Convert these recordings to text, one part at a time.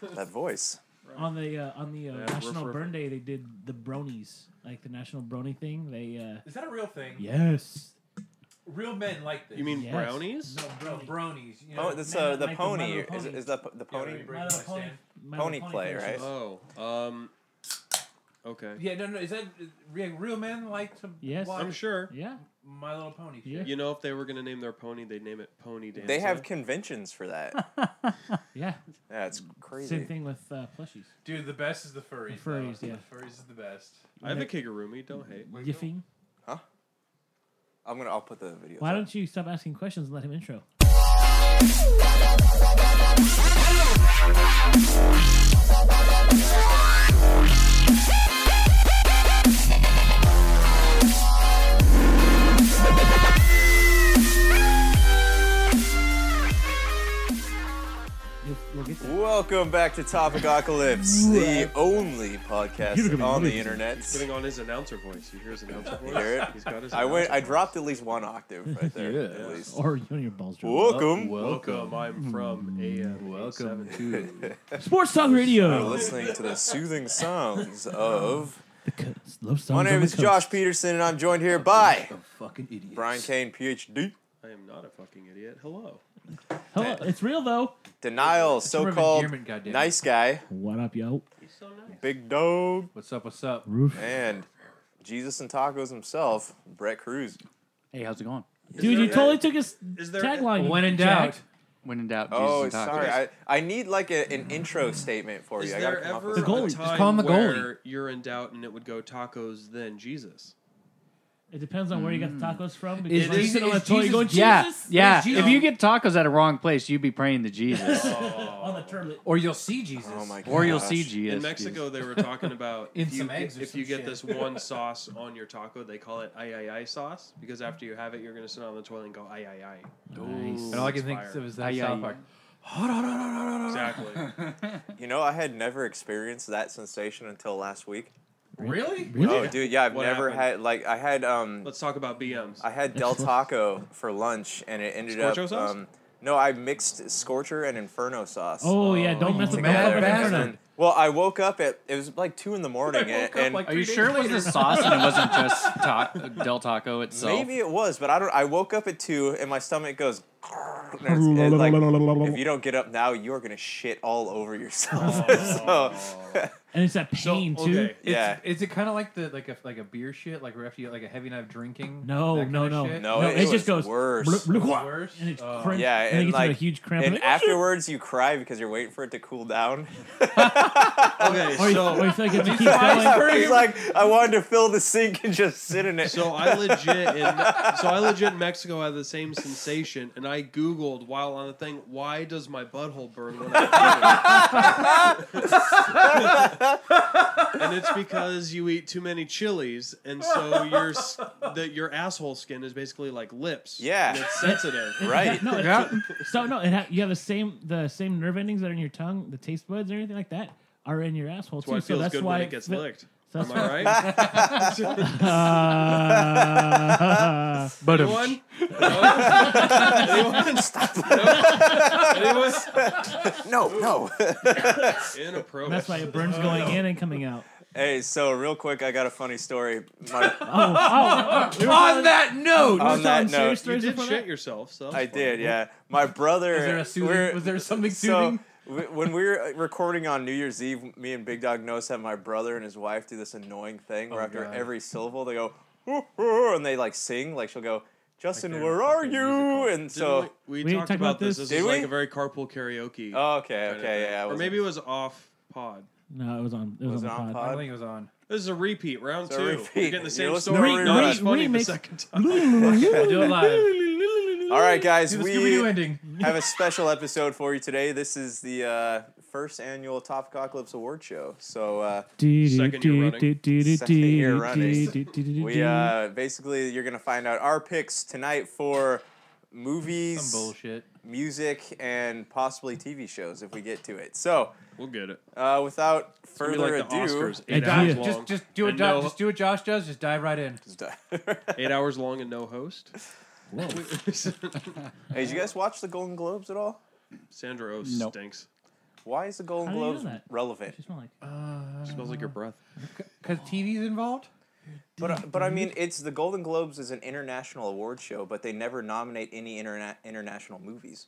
That voice. on the uh, on the uh, Yeah, National roof, roof. Burn Day, they did the bronies, like the National Brony thing. They uh, Is that a real thing? yes, Real men like this. You mean Yes. brownies? No, no, brony. bronies? You know, Oh, that's man, uh, like the the pony. Milo Is, pony. is that p- the pony? right. My Little Brony Pony, stand. My Little Pony play, right? finishes. Oh, um, okay. yeah, no, no. Is that yeah, real men like to? Yes. watch I'm sure. Yeah, My Little Pony. Yeah. You know, if they were gonna name their pony, they'd name it Pony Dancer. They have conventions for that. yeah. Yeah, it's crazy. Same thing with uh, plushies. Dude, the best is the furries. The furries, though. yeah. The furries is the best. I have a Kigurumi. Don't hate. Yiffing. I'm gonna. I'll put the video. Why don't you stop asking questions and let him intro? You'll- We'll get there. Welcome back to Topicocalypse, the only podcast on the internet. He's putting on his announcer voice. You hear his announcer voice? hear it? He's got his. I went. announcer I voice. dropped at least one octave right there. Yeah. At least. Or you know your balls drop. Welcome. Welcome. I'm from AM. Mm, Welcome 87. to Sports Talk Radio. We're listening to the soothing sounds of. The coast. Love songs My on name the is coast. Josh Peterson, and I'm joined here by a fucking idiot. Brian Kane, PhD. I am not a fucking idiot. Hello. Hello. It's real though. Denial, term so of called endearment, goddammit. nice guy, What up, yo? He's so nice. big dog, What's up? What's up? Roof. and Jesus and tacos himself, Brett Cruz. Hey, how's it going? Dude, you there- totally took his is there- tagline. When in Jack. doubt. When in doubt, Jesus Oh, and tacos. sorry. I, I need like a, an intro statement for Is you. I gotta there come up ever with a something. goalie. time Just call him the goalie. where you're in doubt and it would go tacos then Jesus? It depends on where you got the tacos from. Because Is when you Jesus- sit on the is toilet, you Jesus- go, Jesus, yeah, yeah. Jesus If you get tacos at a wrong place, you'd be praying to Jesus, on the toilet. Or you'll see Jesus. Oh my god. or you'll see Jesus. in Mexico, they were talking about In if you, some eggs or if some you get shit. this one sauce on your taco, they call it ay ay ay sauce because after you have it, you're gonna sit on the toilet and go ay ay ay. Nice. And all I It's can think fire. of is Aye, that aye, South aye. Park. Exactly. You know, I had never experienced that sensation until last week. Really? Really? Oh, dude, yeah, I've What never happened? had like I had um Let's talk about BMs. I had Del Taco for lunch and it ended Scorcho up sauce? um no, I mixed scorcher and inferno sauss. Oh, yeah, don't mess with together. that. bastard. And- Well, I woke up at it was like two in the morning, I and, woke up and like Are you Three sure days it was later. the sauce and it wasn't just ta- Del Taco itself? maybe it was, but I don't. I woke up at two, and my stomach goes. and it's- and, like, if you don't get up now, you're gonna shit all over yourself. so, And it's that So, pain, too. okay. yeah, Is it kind of like the like a like a beer shit like where after you like a heavy night of drinking? No, that no, kinda no. shit? no, No, it, it was just goes worse. Blub, blub, blub, Worse? And it's Oh. crunch. Yeah, and, and it gets like into a huge cramp. and like, afterwards you cry because you're waiting for it to cool down. Okay, or, oh, you, so or you feel like it just keeps going. it's like I wanted to fill the sink and just sit in it. So I legit in so I legit in Mexico had the same sensation, and I Googled while on the thing, why does my butthole burn when I pee? and it's because you eat too many chilies, and so your s- that your asshole skin is basically like lips. Yeah. and it's sensitive. right. No, it's, Yeah. so no, it ha- you have the same the same nerve endings that are in your tongue, the taste buds, or anything like that, are in your asshole That's why too. it So feels that's good why when it gets the- licked. so that's Am I right? Uh, But if- Anyone? No? Anyone? No? Anyone? No, no. Inappropriate. that's why it burns going in and coming out. hey, so real quick, I got a funny story. My, Oh, oh, oh. On that note, on that note, You did shit yourself, so I did. Yeah, my brother. was there a we're- soothing? Was there something So soothing? w- when we were uh, recording on New Year's Eve, me and Big Dog Nose had my brother and his wife do this annoying thing where Oh, after God. every syllable they go "Hoo, hoo," and they like sing like she'll go Justin, they're where are fucking you? musical. And Didn't so we, we, We talked talked about about this. this? This is Did like we? a very carpool karaoke. oh, okay, kind of okay, thing. yeah, I Or wasn't- maybe it was off pod. No, it was on. It was, Was on it the on pod. pod? I think it was on. This is a repeat, round It's a two. repeat. You're getting the You're same listening story. to a not as rerun. funny the Remix. second time. I do it live. all right, guys, Do the we Scooby-Doo ending. have a special episode for you today. This is the uh, first annual Top Apocalypse Award Show. So uh, Second year running. Second year running. we uh, basically you're gonna find out our picks tonight for movies, Some bullshit. music, and possibly TV shows if we get to it. So. We'll get it. Uh, without It'll be further like the ado, Oscars, eight Idea. hours Just- long. Just, just do what And Josh, no- just do what Josh does. Just dive right in. Eight hours long and no host. hey, did you guys watch the Golden Globes at all? Sandra Oh Nope. stinks. Why is the Golden How do you know Globes that? relevant? She smelled like smells like your breath. Because TV's involved? But uh, but I mean, it's the Golden Globes is an international award show, but they never nominate any interna- international movies.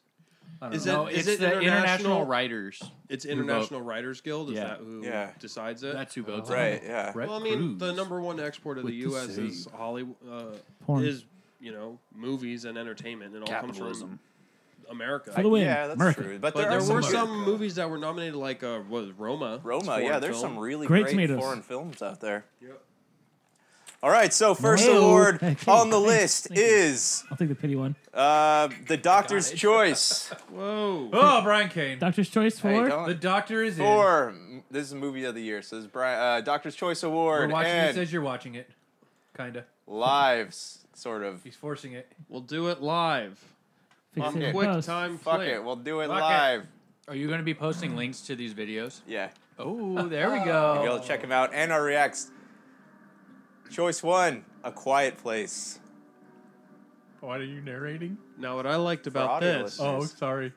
I don't Is know. it- it's is it the international, international- writers. It's vote. International Writers Guild. Is Yeah. that who Yeah. decides it? That's who votes. Right? Yeah. Brett well, I mean, the Cruz. number one export of the with the U.S. is save. Hollywood. Uh, porn. Is you know movies and entertainment. It all comes Capitalism. from America. For the win. Yeah, that's America. true. But there, are were good- some movies that were nominated, like uh, what was it, Roma. Roma, It's yeah, foreign there's film. some really Great great, tomatoes. foreign films out there. Yep. All right, so first Hey-o. award Hey, thank on you. the Thanks. list Thank you. is I'll take the pity one. uh, the Doctor's Choice Whoa. Oh, Brian Kane. Doctor's Choice Hey, for don't- The doctor is in. for this is movie of the year. So this is Brian, uh, Doctor's Choice We're Award watching and this as you're watching it. Kinda. lives, sort of. He's forcing it. We'll do it live. Fix Fuck It it. Quick Post. time Fuck flick. it, we'll do it Fuck it. live. Are you going to be posting links to these videos? Yeah, Oh, there we go. you'll be able to check them out and our reacts. Choice one, A Quiet Place. Why are you narrating? Now, what I liked about audio this, listeners. are Oh, sorry.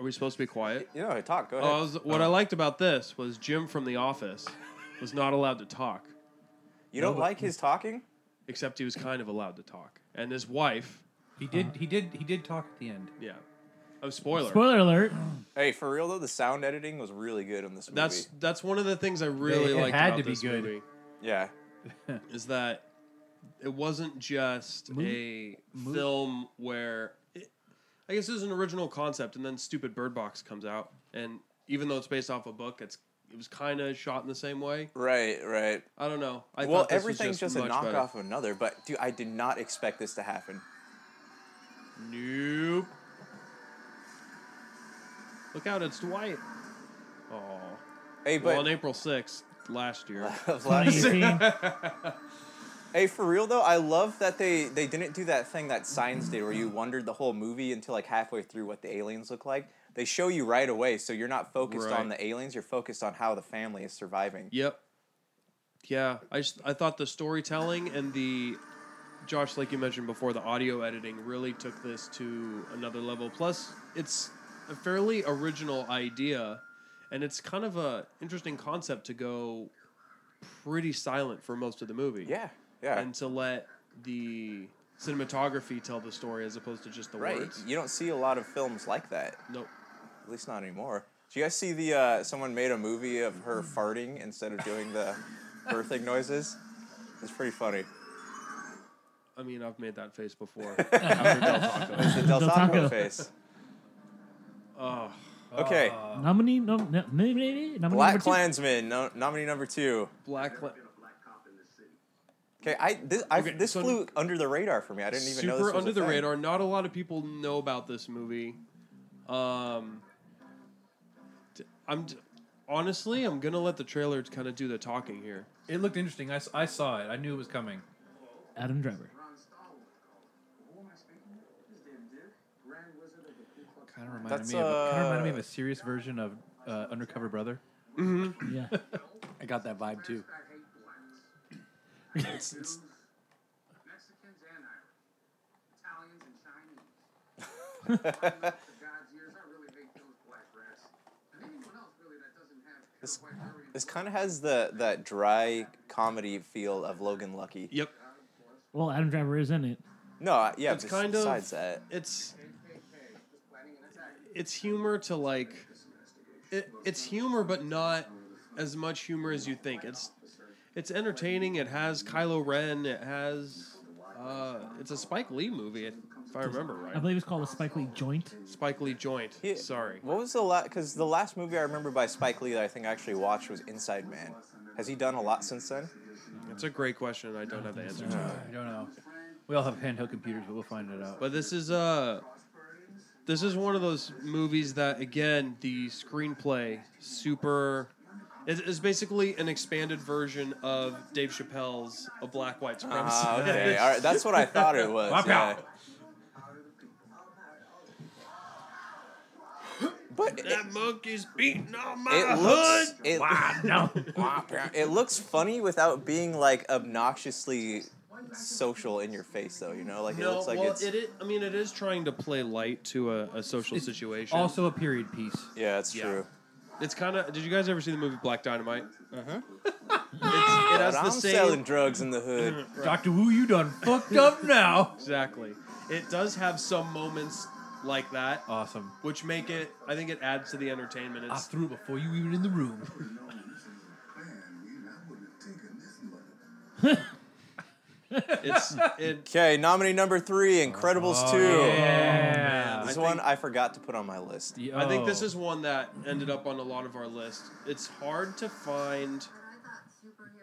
we supposed to be quiet? You know, talk. Go ahead. Oh, I was, what I liked about this was Jim from The Office was not allowed to talk, you don't like his talking? except he was kind of allowed to talk. And his wife, He did. He did. He did talk at the end. yeah. Oh, spoiler. Spoiler alert. Hey, for real though, the sound editing was really good in this movie. That's that's one of the things I really It- it liked had about to be this good. movie yeah. is that it wasn't just a film where it, I guess it was an original concept, and then Stupid Bird Box comes out, and even though it's based off a book, it's it was kind of shot in the same way. Right, right. I don't know. I well, thought this was everything's just, a much better. knockoff of another, but dude, I did not expect this to happen. Nope. Look out! It's Dwight. Oh, Hey, well, on but April sixth last year. of last- 2018. hey, for real though, I love that they they didn't do that thing that Signs did, where you wondered the whole movie until like halfway through what the aliens look like. They show you right away, so you're not focused Right. on the aliens. You're focused on how the family is surviving. Yep. Yeah, I just I thought the storytelling and the Josh, like you mentioned before, the audio editing really took this to another level. Plus, it's a fairly original idea, and it's kind of a interesting concept to go pretty silent for most of the movie. Yeah, yeah. and to let the cinematography tell the story as opposed to just the right. words. You don't see a lot of films like that. Nope. At least not anymore. Did you guys see the uh, someone made a movie of her Hmm. farting instead of doing the birthing noises? It's pretty funny. I mean, I've made that face before. after Del Taco. The Del Del Taco Taco. face. Ugh. Okay. Uh, Nominee, nom- nom- nominee, nominee Black number two. Klansman, no, nominee number two. Black. Cla- Okay, I this I, Okay, this so- flew under the radar for me. I didn't even know super this was under a the thing. radar. Not a lot of people know about this movie. Um, t- I'm t- honestly, I'm gonna let the trailer kind of do the talking here. it looked interesting. I, s- I saw it. I knew it was coming. Adam Driver. Kind of reminded That's, me. Of, a- kinda reminded me uh, of a serious version of uh, Undercover Brother. Yeah. I got that vibe too. It's, it's, Mexicans and Irish, Italians and Chinese. For God's ears, I really hate those black rats. And anyone else really that doesn't have This- white Aryan This kind of has the that dry comedy feel of Logan Lucky. yep, Well, Adam Driver is in it. No, I- yeah, It's bes- kind of- besides that. it's KKK was planning an attack. it's humor to like, it, it's humor, but not as much humor as you think. It's it's entertaining. It has Kylo Ren. It has uh, it's a Spike Lee movie, if I remember I right. believe it's called a Spike Lee joint. Spike Lee joint. He- Sorry. What was the last? Because the last movie I remember by Spike Lee that I think I actually watched was Inside Man. Has he done a lot since then? It's a great question. I don't have the answer to. I don't know. We all have handheld computers, but we'll find it out. But this is uh this is one of those movies that again the screenplay super it's, it's basically an expanded version of Dave Chappelle's A Black White Supremacy. Ah, okay. All right, that's what I thought it was. Walk yeah. out. But it, that monkey's beating on my it looks hood. it, no. it looks funny without being like obnoxiously social in your face though. You know, like it No, looks like well, it's it is, I mean, it is trying to play light to a, a social It's situation. Also a period piece. yeah, it's Yeah. true. it's kind of. Did you guys ever see the movie Black Dynamite? Mhm. It's, it has But the I'm same. selling drugs in the hood. Doctor Wu, you done fucked up now. Exactly. It does have some moments like that, Awesome. which make it. I think it adds to the entertainment. I It's, threw before you even in the room. it's. It, Okay, nominee number three, Incredibles two. Yeah. This Oh, I one think- I forgot to put on my list. Yo. I think this is one that ended up on a lot of our list. It's hard to find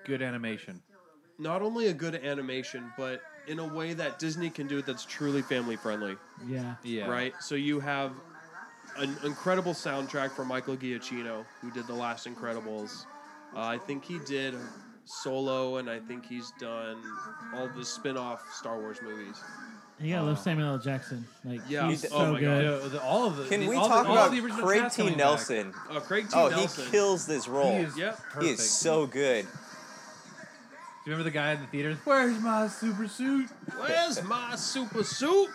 good animation. not only a good animation, but in a way that Disney can do it that's truly family friendly. Yeah. Yeah. right? So you have an incredible soundtrack from Michael Giacchino, who did the last Incredibles. Uh, I think he did Solo, and I think he's done all the spin-off Star Wars movies. You gotta love Samuel L. Jackson. Like, Yeah. he's Oh so my good. The- the- all of the, Can the- we all the- talk all about the original Craig cast T. coming back. Nelson? Uh, Craig T. Oh, Nelson. he kills this role. He is Yep. He perfect. is so good. Do you remember the guy in the theaters? Where's my super suit? Where's my super suit?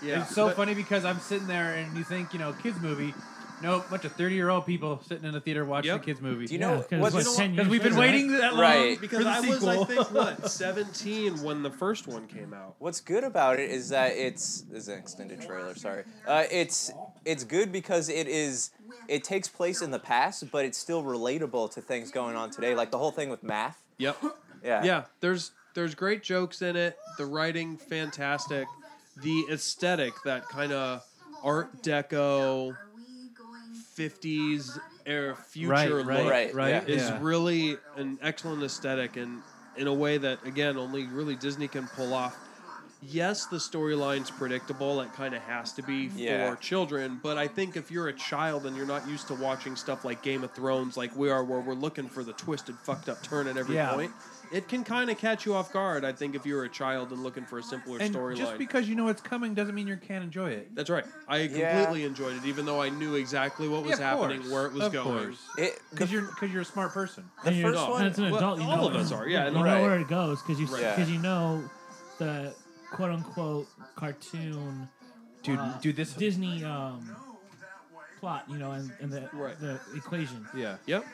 Yeah, it's so but- funny because I'm sitting there and you think, you know, kids movie. No, bunch of 30 year old people sitting in a theater watching Yep. a kids movie. Do you know because what's it's like 10 Because years we've been later, waiting that long. Right. for Because the I was, I sequel. think, what seventeen when the first one came out. What's good about it is that it's this is an extended trailer. Sorry, uh, it's it's good because it is it takes place in the past, but it's still relatable to things going on today. Like the whole thing with math. Yep. Yeah. yeah there's there's great jokes in it the writing fantastic the aesthetic that kind of art deco 50s era future Right, look right, Right, right, yeah. is yeah. really an excellent aesthetic and in a way that again only really disney can pull off yes the storyline's predictable it kind of has to be for Yeah. children but i think if you're a child and you're not used to watching stuff like game of thrones like we are where we're looking for the twisted fucked up turn at every Yeah. point it can kind of catch you off guard i think if you're a child and looking for a simpler And just storyline because you know it's coming doesn't mean you can't enjoy it. that's right i Yeah. completely enjoyed it even though i knew exactly what was Yeah, of happening course. where it was Of going course. It, Because you're because you're a smart person. the and you're- first no, one. As an Well, adult, you all know of it. us are, yeah, You no, know right. where it goes because you Yeah. because you know the quote unquote cartoon Dude, uh, dude, this. Disney um, plot, you know, and, and the Right. the equation. yeah, yep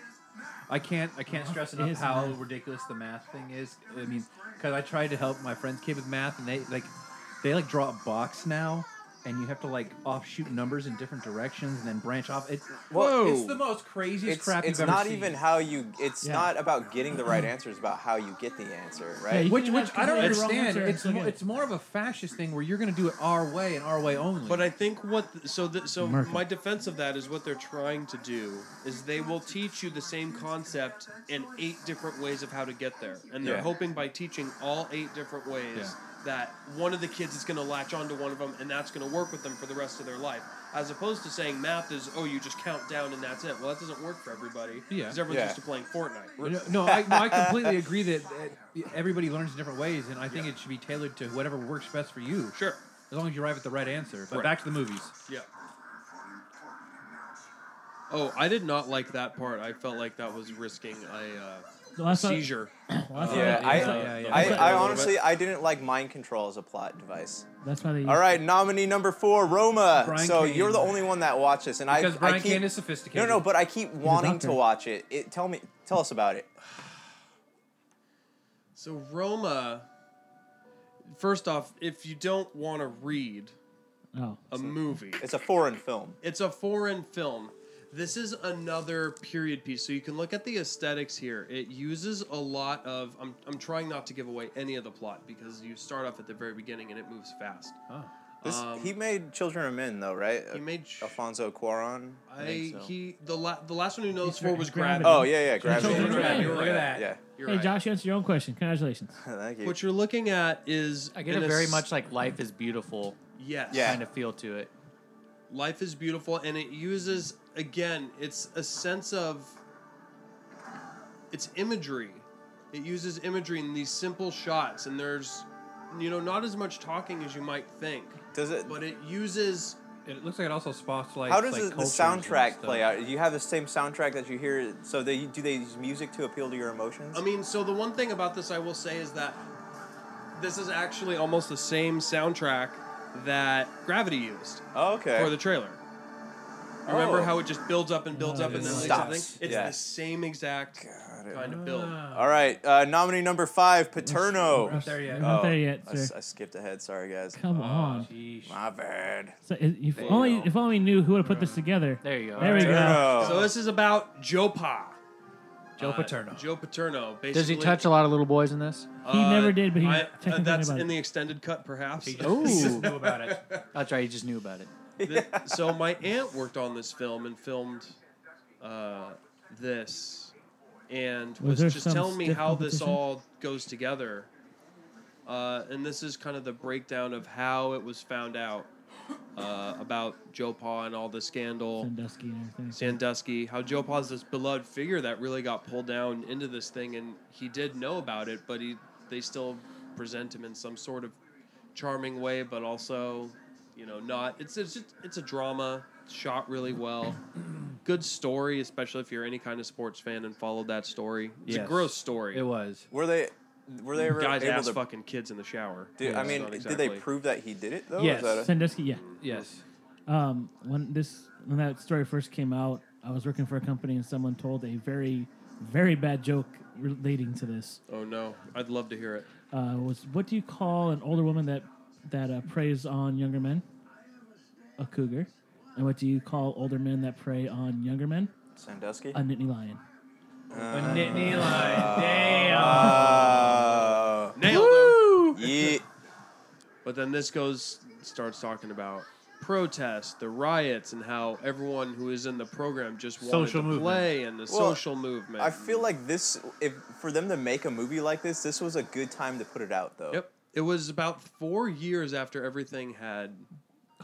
I can't I can't stress It enough is how math. ridiculous the math thing is. I mean, because I tried to help my friend's kid with math, and they like they like draw a box now, and you have to like offshoot numbers in different directions and then branch off. It's Well, it's the most craziest it's, crap it's you've ever not seen. even how you it's Yeah. not about getting the right answer it's about how you get the answer Yeah, right you which can which have I don't completely wrong understand. answer and It's still more, get it. it's more of a fascist thing where you're going to do it our way and our way only. But I think what th- so th- so America. my defense of that is what they're trying to do is they will teach you the same concept in eight different ways of how to get there, and they're Yeah. hoping by teaching all eight different ways that one of the kids is going to latch onto one of them, and that's going to work with them for the rest of their life. As opposed to saying math is oh you just count down and that's it. Well, that doesn't work for everybody. Yeah. because everyone's Yeah. used to playing Fortnite. No, no, I, no, I completely agree that uh, everybody learns in different ways, and I think it should be tailored to whatever works best for you. Sure. As long as you arrive at the right answer. But Right. back to the movies. Yeah. Oh, I did not like that part. I felt like that was risking a Well, I uh, thought- seizure. well, I thought yeah, that- I, yeah, yeah. I, That's I a little honestly bit. i didn't like mind control as a plot device that's why they. all right nominee number four roma Brian so Cain. you're the only one that watched this and Because i, I Brian keep, Cain is no sophisticated. no but i keep wanting to doctor. watch it. it tell me tell us about it So Roma. First off, if you don't want to read Oh, a movie, it's a foreign film it's a foreign film. This is another period piece, so you can look at the aesthetics here. It uses a lot of. I'm, I'm trying not to give away any of the plot because you start off at the very beginning and it moves fast. Oh. this, Um, he made children of men though right He made. sh- alfonso cuaron I, think so. he the la- the last one who knows He's for was Gravity. Gravity. oh yeah yeah grab Children of Men, look at that. yeah You're hey right. Josh, you answered your own question. Congratulations. thank you What you're looking at is I get an a very aes- much like life is beautiful yes Yeah. kind of feel to it. Life is beautiful, and it uses again. It's a sense of. It's imagery. It uses imagery in these simple shots, and there's, you know, not as much talking as you might think, does it but it uses. It looks like it also spotlights. How does like, the, the cultures and soundtrack stuff. play out? Do you have the same soundtrack that you hear? So they Um, do they use music to appeal to your emotions? I mean, so the one thing about this I will say is that this is actually almost the same soundtrack that Gravity used Oh, okay. for the trailer. Remember Oh. how it just builds up and builds Oh, up and yeah. then like Stops. something? It's Yeah. the same exact Got it. kind of build. All right, uh, nominee number five, Paterno. We're not Ah, there yet. We're not Oh, there yet, I, s- sir. I skipped ahead. Sorry, guys. Come Oh, on. My bad. So, if There you only go. if only we knew who would have put this together. There you go. There we go. Paterno. So this is about Joe Pa. Joe Uh, Paterno. Joe Paterno. Basically, Uh, Does he touch a lot of little boys in this? He never did, but he technically knew that's about in it. Oh. the extended cut, perhaps. He just, he just knew about it. That's right. He just knew about it. Th- so my aunt worked on this film and filmed uh, this and Was was, there just some telling me stiff how this competition? all goes together uh, and this is kind of the breakdown of how it was found out uh, about joe paw and all the scandal Sandusky and everything. sandusky how joe paw's this beloved figure that really got pulled down into this thing and he did know about it but he they still present him in some sort of charming way, but also, you know, not. It's it's just, it's a drama shot really well. Good story, especially if you're any kind of sports fan and followed that story. It's a Yes. gross story. It was. were they were they ever Guys able ass to? fucking kids in the shower. do, I It's mean, not did they exactly- prove that he did it though? Yes. Was that Sandusky, yeah. Yes. Um, when this when that story first came out, I was working for a company and someone told a very very bad joke relating to this. Oh no, I'd love to hear it. Uh, was what do you call an older woman that that uh, preys on younger men? A cougar. And what do you call older men that prey on younger men? a Sandusky? A Nittany lion. Nittany Lion. Damn. Oh, Nailed them. yeah. But then this goes starts talking about protests, the riots, and how everyone who is in the program just wanted Social to movement. play and the Well, social movement. I feel like this. If for them to make a movie like this, this was a good time to put it out though. Yep. It was about four years after everything had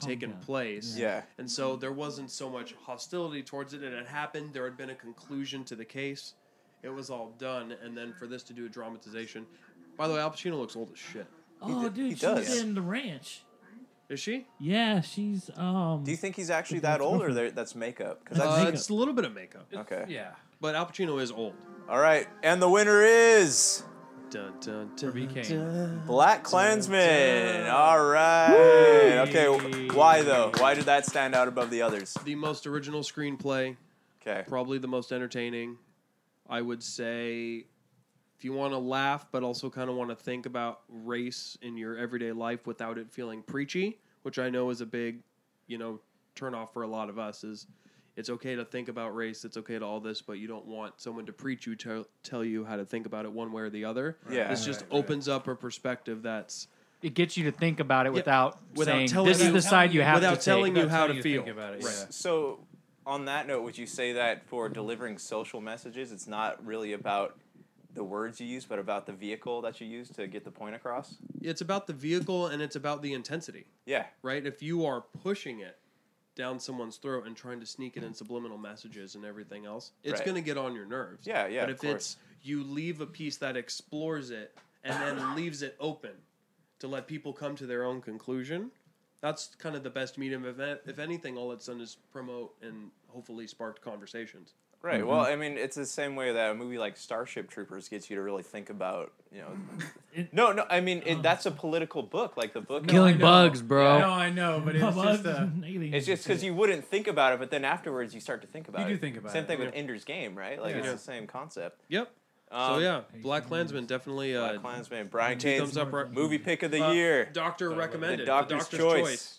taken down. place. Yeah. And so there wasn't so much hostility towards it. It had happened. There had been a conclusion to the case. It was all done. And then for this to do a dramatization. By the way, Al Pacino looks old as shit. Oh, d- dude, he she's does. in the ranch. Is she? Yeah, she's um. Do you think he's actually that old, or there- that's makeup? 'Cause That's Uh, makeup. it's a little bit of makeup. that's, okay. Yeah. But Al Pacino is old. All right, and the winner is Dun, dun, dun, B. Kane. dun. Black Klansman. All right. Okay. Why though? Why did that stand out above the others? The most original screenplay. Okay. probably the most entertaining. I would say if you want to laugh but also kind of want to think about race in your everyday life without it feeling preachy, which I know is a big, you know, turnoff for a lot of us is it's okay to think about race, it's okay to all this, but you don't want someone to preach you to tell you how to think about it one way or the other. Yeah. This just opens up a perspective that's It gets you to think about it without Without saying telling this you- is the side you have without to telling take. you how to feel. think about it. Right. Yeah. So, on that note, would you say that for delivering social messages, it's not really about the words you use, but about the vehicle that you use to get the point across? it's about the vehicle and it's about the intensity. Yeah. right? If you are pushing it down someone's throat and trying to sneak it in subliminal messages and everything else, it's Right. going to get on your nerves. Yeah, yeah, But of if it's you leave a piece that explores it and then leaves it open to let people come to their own conclusion, that's kind of the best medium. If, a- if anything, all it's done is promote and hopefully sparked conversations. Right. Well, I mean, it's the same way that a movie like Starship Troopers gets you to really think about, you know. It- no, no. I mean, it, that's a political book. Like the book. Killing know. bugs, bro. No, I know, but it's just uh, a. uh, It's just because you wouldn't think about it, but then afterwards you start to think about You it. do think about same it, thing with Ender's Game, right? Like it's Yeah. the same concept. Yep. so Um, yeah, Black Klansman definitely. Uh, Black Klansman, Brian two Kane's thumbs up. Right. movie pick of the Uh, year. Doctor recommended. the The doctor's, choice.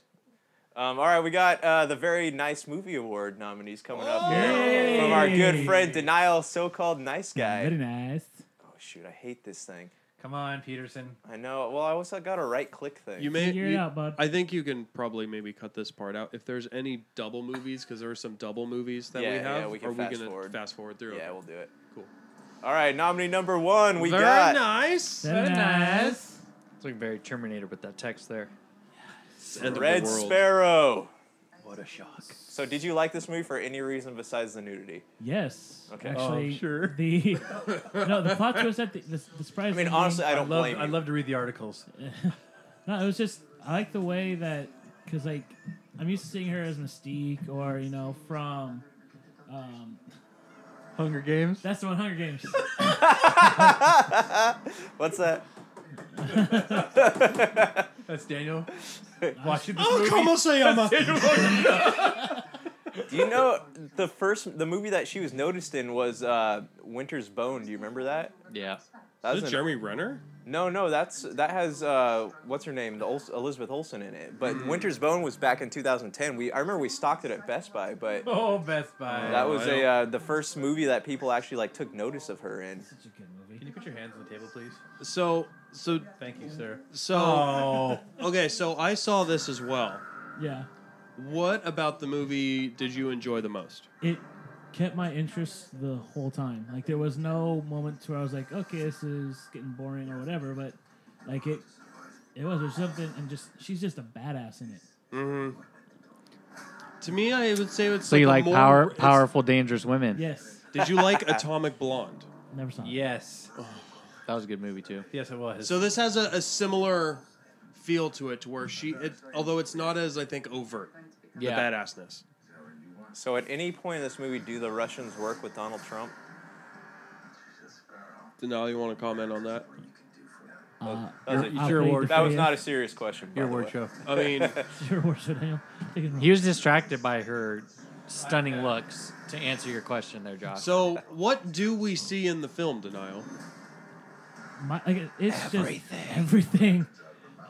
Um, all right, we got uh, the very nice movie award nominees coming up here from our good friend Denial, so-called nice Very guy. nice. Oh shoot, I hate this thing. Come on, Peterson. I know. Well, I also got a right click thing. You may Figure it you- out, bud. I think you can probably maybe cut this part out if there's any double movies because there are some double movies that we Yeah, have. yeah, we can are fast we gonna forward. fast forward through? yeah, Okay, we'll do it. cool. All right, nominee number one, we Very got nice. Very nice. It's like very Terminator with that text there. End of the Red world. Sparrow. What a shock. So, did you like this movie for any reason besides the nudity? Yes. Okay. Actually, Oh, sure. The no, the plot twist at the, the, the surprise. I mean, honestly, I I don't love, blame you. I love to read the articles. no, it was just I like the way that because like I'm used to seeing her as Mystique or you know from. Um, Hunger Games. that's the one Hunger Games. What's that? That's Daniel. Watching this Oh, movie. como se llama? Do you know the first the movie that she was noticed in was uh, Winter's Bone? Do you remember that? Yeah. that Is was it an- Jeremy Renner? No, no, that's that has uh, what's her name, the Ols- Elizabeth Olsen in it. But Winter's Bone was back in 2010. We I remember we stocked it at Best Buy, but Oh, Best Buy. that was I a don't- uh, the first movie that people actually like took notice of her in. Such a good Can movie. you put your hands on the table, please? So so Thank you, sir. so Oh, okay. So I saw this as well. Yeah. What about the movie did you enjoy the most? It kept my interest the whole time. Like there was no moment where I was like, okay, this is getting boring or whatever. But like it, it was or something. And just she's just a badass in it. Mm-hmm. To me, I would say it's So you a like more- power, it's- powerful, dangerous women. Yes. Did you like Atomic Blonde? Never saw. it. yes, That was a good movie too. yes, it was. So this has a, a similar feel to it, to where she, it, although it's not as I think overt, Yeah. the badassness. So at any point in this movie, do the Russians work with Donald Trump? Denali, you want to comment on that? Uh, That was, a- Your- your award. that was not a serious question. by your the word way. show. I mean, Your worship, Daniel. Take it He was distracted by her stunning looks. To answer your question, there, Josh. so what do we see in the film, Denial? my, like, it- it's just everything.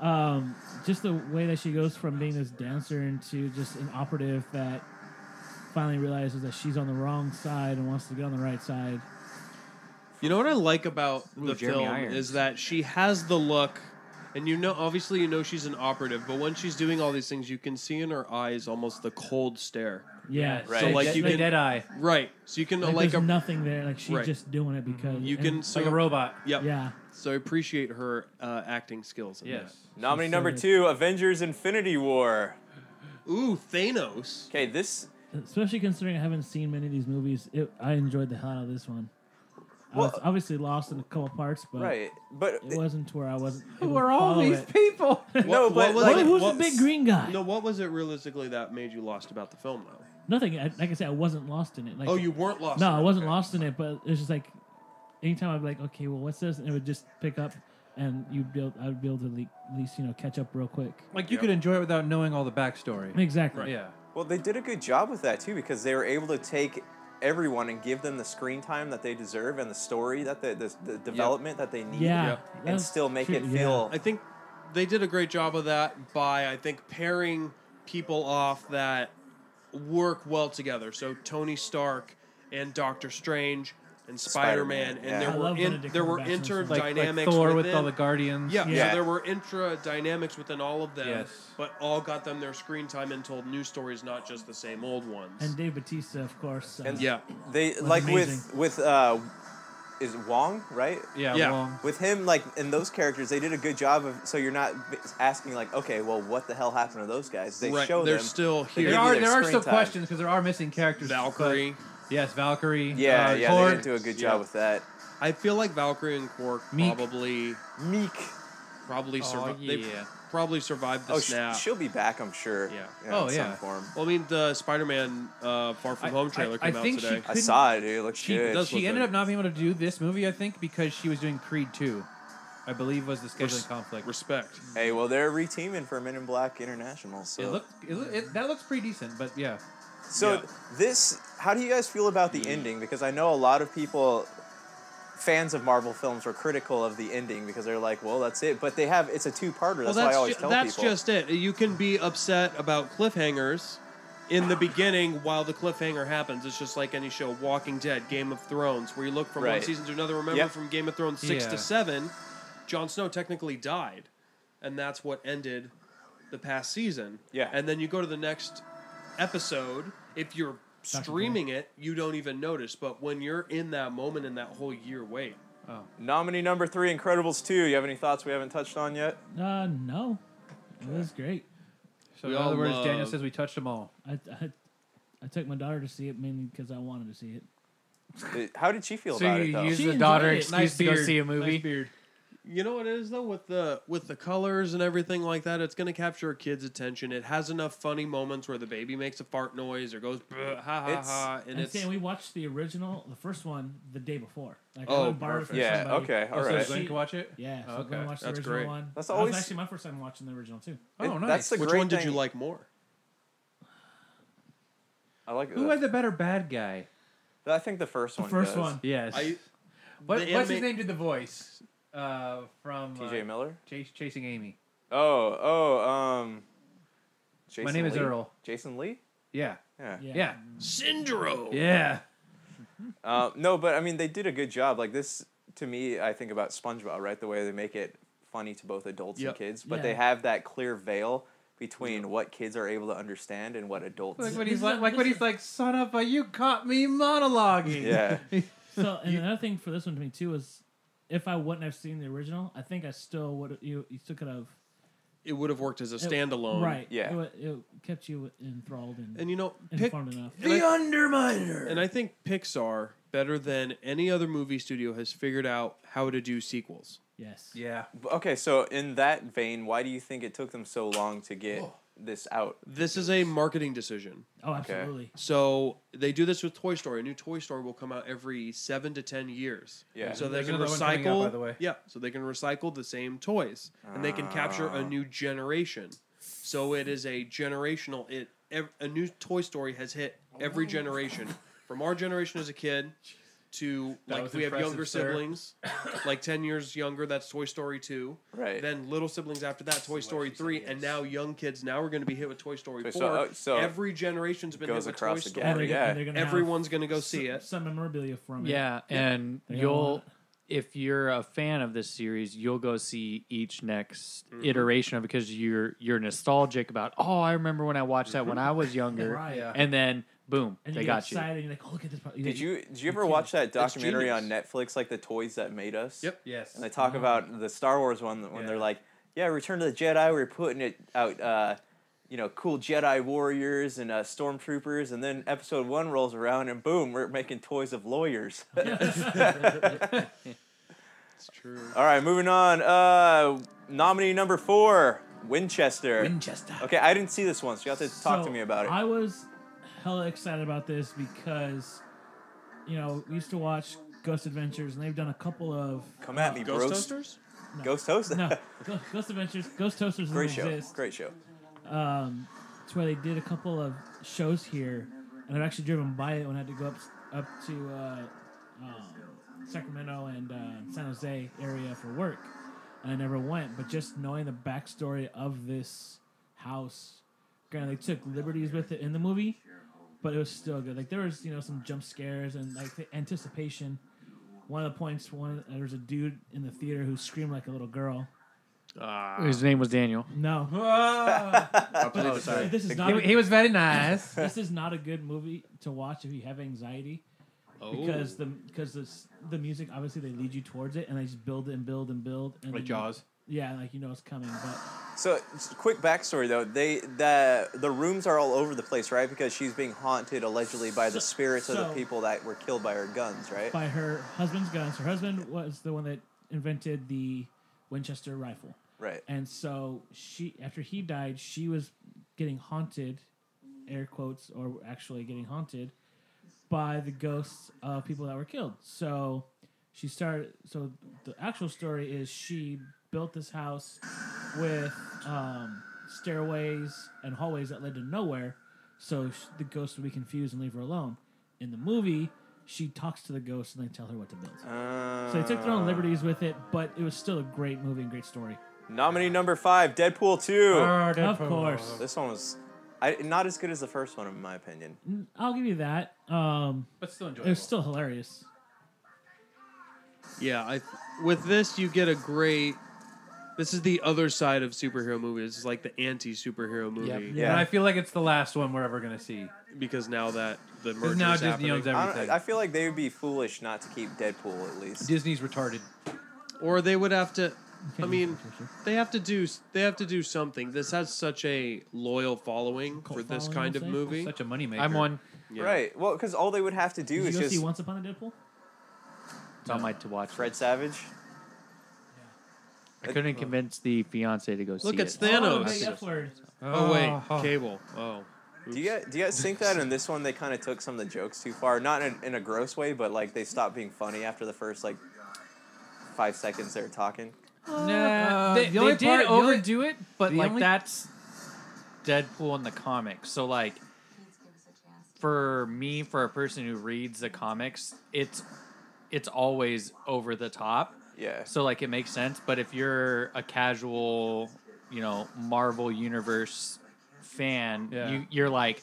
Um, just the way that she goes from being this dancer into just an operative that finally realizes that she's on the wrong side and wants to get on the right side. You know what I like about the Ooh, Jeremy film Irons. is that she has the look, and you know, obviously, you know she's an operative, but when she's doing all these things, you can see in her eyes almost the cold stare. Yeah, Right. So Dead- like Dead- you the can, dead eye, right? So you can Like, like, there's a, nothing there. Like she's Right. just doing it because you and- can so like a robot. Yep. Yeah, So I appreciate her uh, acting skills. In Yes. Nominee She's so number good. two, Avengers: Infinity War. That. Ooh, Thanos. Okay, this especially considering I haven't seen many of these movies. It, I enjoyed the hell out of this one. I was Well- obviously lost in a couple parts, but right, but it wasn't to where I wasn't. Who able to are all follow these it. people? no, what but was like Who- it? who's the What's- big green guy? No, what was it realistically that made you lost about the film though? Nothing. I, like I said, I wasn't lost in it. Like Oh, you weren't lost. No, I wasn't Okay. lost in it, but it's just like anytime I'd be like, okay, well, what's this? And it would just pick up, and you'd be able, I would be able to le- at least you know catch up real quick. Like you could enjoy it without knowing all the backstory. Exactly. Yeah. Well, they did a good job with that too because they were able to take everyone and give them the screen time that they deserve and the story that they, the, the development that they need Yeah. Yep. and that's still make true, it feel I think they did a great job of that by I think pairing people off that work well together. So Tony Stark and Doctor Strange and Spider Man, Spider-Man, and yeah. there I were love when in, it there comes were back to this one. interdynamics Like, like dynamics Thor within, with all the Guardians. yeah, Yeah. So there were intra dynamics within all of them, Yes. but all got them their screen time and told new stories, not just the same old ones. And Dave Batista, of course. uh, And- yeah, they was like with amazing. with uh is it Wong right Yeah. Yeah. Wong. with him like in those characters they did a good job of so you're not asking like okay well what the hell happened to those guys they right. show They're them still They give here. There you are their there are screen still time. questions because there are missing characters. Valkyrie. but- yes, Valkyrie. yeah uh, yeah Thor. they did do a good job Yeah. with that I feel like Valkyrie and Quark Meek. probably Meek probably Oh, survived. They yeah. probably survived the oh sh- snap. she'll be back I'm sure Yeah. Oh, in yeah. some form well, I mean, the Spider-Man uh, Far From I- Home I- trailer I came out think she today. I Couldn't- saw it dude it looks She, good does look she ended good. up not being able to do this movie, I think, because she was doing Creed 2, I believe was the scheduling Res- conflict. Respect. Hey, well, they're reteaming for Men in Black International, so it looked, it, loo- it, that looks pretty decent, but yeah. so yeah. this. How do you guys feel about the ending? Because I know a lot of people, fans of Marvel films, were critical of the ending because they're like, "Well, that's it," but they have it's a two-parter. That's, well, why I that's always ju- tell that's people. just it. You can be upset about cliffhangers in the beginning while the cliffhanger happens. It's just like any show, Walking Dead, Game of Thrones, where you look from one Right. season to another. Remember Yep. from Game of Thrones six Yeah. to seven, Jon Snow technically died, and that's what ended the past season. Yeah. and then you go to the next episode. If you're streaming it, you don't even notice. But when you're in that moment in that whole year wait, nominee number three, Incredibles two. You have any thoughts we haven't touched on yet? Uh, no, it was great. So We in all other words, Daniel love- says we touched them all. I, I, I took my daughter to see it mainly because I wanted to see it. Uh, How did she feel So about you it though? use- Is She the enjoyed daughter it. excuse to go see a movie? Nice beard. You know what it is though with the with the colors and everything like that. It's gonna capture a kid's attention. It has enough funny moments where the baby makes a fart noise or goes "Bruh, ha ha It's- ha, and And it's saying we watched the original, the first one, the day before. Like, I Oh, went and borrowed it from perfect. Yeah, somebody. okay, all so right. she- Oh, Glenn can watch it. yeah, so Okay, okay. watch the that's original great. one. That's That always- was actually my first time watching the original too. Oh, It- nice. That's the which great one did thing- you like more? I like. Who the- had the better bad guy? I think the first The one. first does. one. Yes. I what, the what's his anime- name? Did the voice uh, from T.J. uh, Miller. Chase, Chasing Amy? Oh, oh, um. Jason name is Lee? Earl. Jason Lee. Yeah. Yeah. Yeah. Yeah. Syndrome. Yeah. Uh, no, but I mean, they did a good job. Like this, to me, I think about SpongeBob, right? The way they make it funny to both adults Yep. and kids, but Yeah. they have that clear veil between what kids are able to understand and what adults. Like This when he's is like, a- like when this he's like, son of a, you caught me monologuing. Yeah. So, and another thing for this one to me too is, if I wouldn't have seen the original, I think I still would. You, you still could have. It would have worked as a it- standalone. Right. Yeah. It, wa- it kept you enthralled and, And you know, pick informed enough. The And I- Underminer. And I think Pixar, better than any other movie studio, has figured out how to do sequels. Yes. yeah. okay, so in that vein, why do you think it took them so long to get this out? This is a marketing decision. Oh, absolutely. So they do this with Toy Story. A new Toy Story will come out every seven to ten years. Yeah. So they There's can another one coming recycle. out, by the way. Yeah. So they can recycle the same toys, and they can capture a new generation. So it is a generational. It ev- a new Toy Story has hit every Oh. generation from our generation as a kid to That like was we have impressive, younger sir. siblings, like ten years younger. That's Toy Story two. Right. Then little siblings after that, Toy Story she said, three, and yes. now young kids. Now we're going to be hit with Toy Story Okay, four. so, uh, so every generation's been hit goes with across Toy the Story. gamut. And they're gonna- Yeah. and they're gonna have Everyone's going to go s- see it. Some memorabilia from it. Yeah, and They got a you'll lot. if you're a fan of this series, you'll go see each next iteration of it because you're you're nostalgic about. Oh, I remember when I watched that when I was younger, Right. Yeah. and then boom, And they you got get excited and you're like, oh, look at this. part. Did you did you ever can't- watch that documentary on genius. Netflix, like the toys that made us? Yep. Yes. And they talk Mm-hmm. about the Star Wars one when they're Yeah. like, "Yeah, Return of the Jedi. We were putting it out, uh, you know, cool Jedi warriors and uh, stormtroopers, and then Episode One rolls around, and boom, we're making toys of lawyers." It's true. All right, moving on. Uh, nominee number four, Winchester. Winchester. Okay, I didn't see this one, so you have to talk to So, me about it. I was hella excited about this because, you know, we used to watch Ghost Adventures, and they've done a couple of Come at me, Ghost bros. Toasters? Ghost Toast. no Ghost, Ghost Adventures, Ghost Toasters doesn't Great show. exist. Great show. Um, it's where they did a couple of shows here, and I've actually driven by it when I had to go up up to uh, um, Sacramento and uh, San Jose area for work, and I never went. But just knowing the backstory of this house, granted they took liberties with it in the movie, but it was still good. Like there was you know some jump scares and like the anticipation. One of the points, one there was a dude in the theater who screamed like a little girl. His name was Daniel. No, oh, sorry. this is not. He, a- he was very nice. this is not a good movie to watch if you have anxiety because the Oh. because the s- the music obviously they lead you towards it and they just build and build and build and Like then- Jaws. Yeah, like you know it's coming, but So, just a quick backstory though. They the the rooms are all over the place, right? Because she's being haunted allegedly by the So- spirits of the so- people that were killed by her guns, right? by her husband's guns. Her husband was the one that invented the Winchester rifle, Right. and so she after he died, she was getting haunted, air quotes, or actually getting haunted by the ghosts of people that were killed. So she started. So the actual story is she built this house with um, stairways and hallways that led to nowhere, so sh- the ghosts would be confused and leave her alone. In the movie, she talks to the ghosts and they tell her what to build. Uh, so they took their own liberties with it, but it was still a great movie and great story. Nominee number five, Deadpool two. Oh. Of course, This one was, I, not as good as the first one in my opinion. I'll give you that. Um, But still it enjoyable. was still hilarious. Yeah, I with this you get a great. This is the other side of superhero movies. It's like the anti superhero movie Yeah. And I feel like it's the last one we're ever going to see. because now that the merger Because now is Disney owns happening, I, don't, everything. I feel like they would be foolish not to keep Deadpool at least. Disney's retarded. or they would have to. I Okay, mean, sure, sure. they have to do they have to do something. This has such a loyal following Cult for this following, kind you'll of say? movie. Such a moneymaker. I'm one. Yeah. Right. Well, because all they would have to do Did is you go see just Once Upon a Deadpool? It's on my to watch. Fred Savage. I couldn't convince the fiance to go see Look, it's it. Oh, Thanos. the F word. Oh, wait, Oh. Cable. Oh. Do you guys, do you guys think that in this one they kind of took some of the jokes too far? Not in, in a gross way, but like they stopped being funny after the first like five seconds they were talking. Nah, Uh, they, the they only did part- the only- overdo it, but the like only- that's Deadpool in the comics. So like for me, for a person who reads the comics, it's it's always over the top. Yeah. So like it makes sense. But if you're a casual, you know, Marvel universe fan, Yeah. you you're like.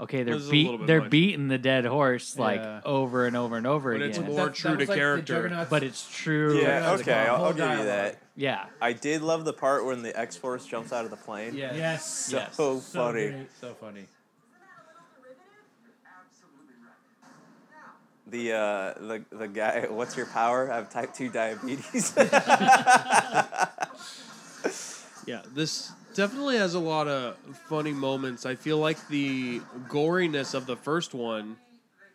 Okay, they're This is a little beat, bit they're much. beating the dead horse like Yeah. over and over and over But again. it's more That- true that was to like the character. Juggernaut's- but it's true. Yeah. Yeah, Okay. I'll, whole I'll give you dialogue. that. yeah. I did love the part when the X Force jumps out of the plane. Yeah. Yes. So Yes. funny. great. So funny. Absolutely right. the uh, the the guy. What's your power? I have type two diabetes. Yeah, this definitely has a lot of funny moments. I feel like the goriness of the first one,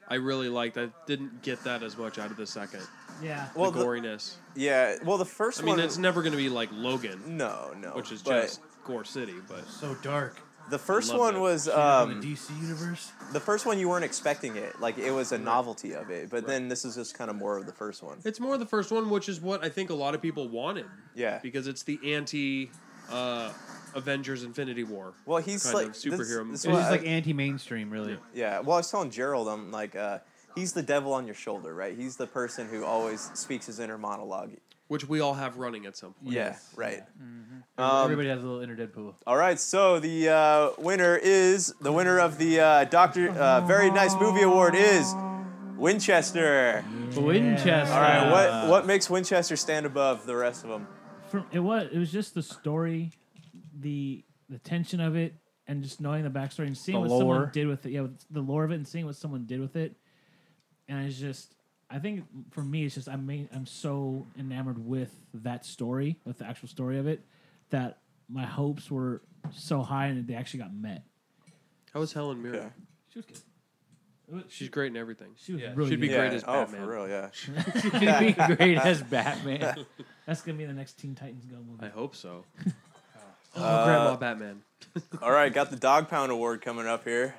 I really liked. I didn't get that as much out of the second. Yeah. Well, the the- goriness. yeah. Well, the first I mean, one. it's never going to be like Logan, no, no. which is but just Gore City, but So dark. the first Loved one it. was in um, the DC universe. the first one you weren't expecting it. Like it was a novelty of it. But then this is just kind of more of the first one. it's more the first one, which is what I think a lot of people wanted Yeah. because it's the anti uh, Avengers Infinity War. Well, he's kind like of superhero This, this It was one- like anti-mainstream, really. Yeah. Well, I was telling Gerald, I'm like, uh, he's the devil on your shoulder, right? He's the person who always speaks his inner monologue. which we all have running at some point. Yeah. Yes. Right. Mm. Um, Everybody has a little inner Deadpool. all right. So the uh, winner is the winner of the uh, Doctor uh, Very Nice Movie Award is Winchester. Winchester. All right. What what makes Winchester stand above the rest of them? From, it was it was just the story, the the tension of it, and just knowing the backstory and seeing The what lore. someone did with it. Yeah, with the lore of it and seeing what someone did with it. And it's just, I think for me, it's just I mean I'm so enamored with that story, with the actual story of it, that my hopes were so high and they actually got met. How is Helen Mirren? Yeah. She was good. It was- She's great in everything. She was Yeah, really she'd be good. yeah. great as oh, Batman. for real. Yeah. He'd be great as Batman. That's gonna be the next Teen Titans Go movie. I hope so. oh, Grandma Uh, Batman. All right. Got the Dog Pound Award coming up here.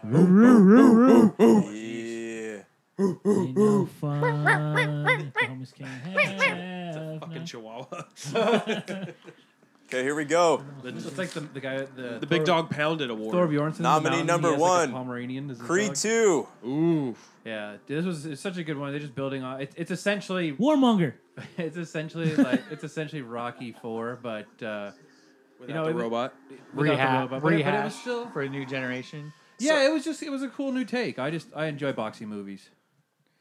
yeah. Ain't no fun if the homies can't have Fucking none. Chihuahua. Okay. Here we go. It's like the, the guy, the, the Big Dog Pounded Award. Thor Bjornsson. Nominee number one. Pomeranian. is his Creed dog. two. Ooh. Yeah, this was it's such a good one. They're just building on. It, it's essentially Warmonger. it's essentially like it's essentially Rocky Four, but uh, Without You know, the it was- robot. without the Reha- robot, but, it, but it rehash was still. for a new generation. Yeah, it was just it was a cool new take. I just I enjoy boxing movies.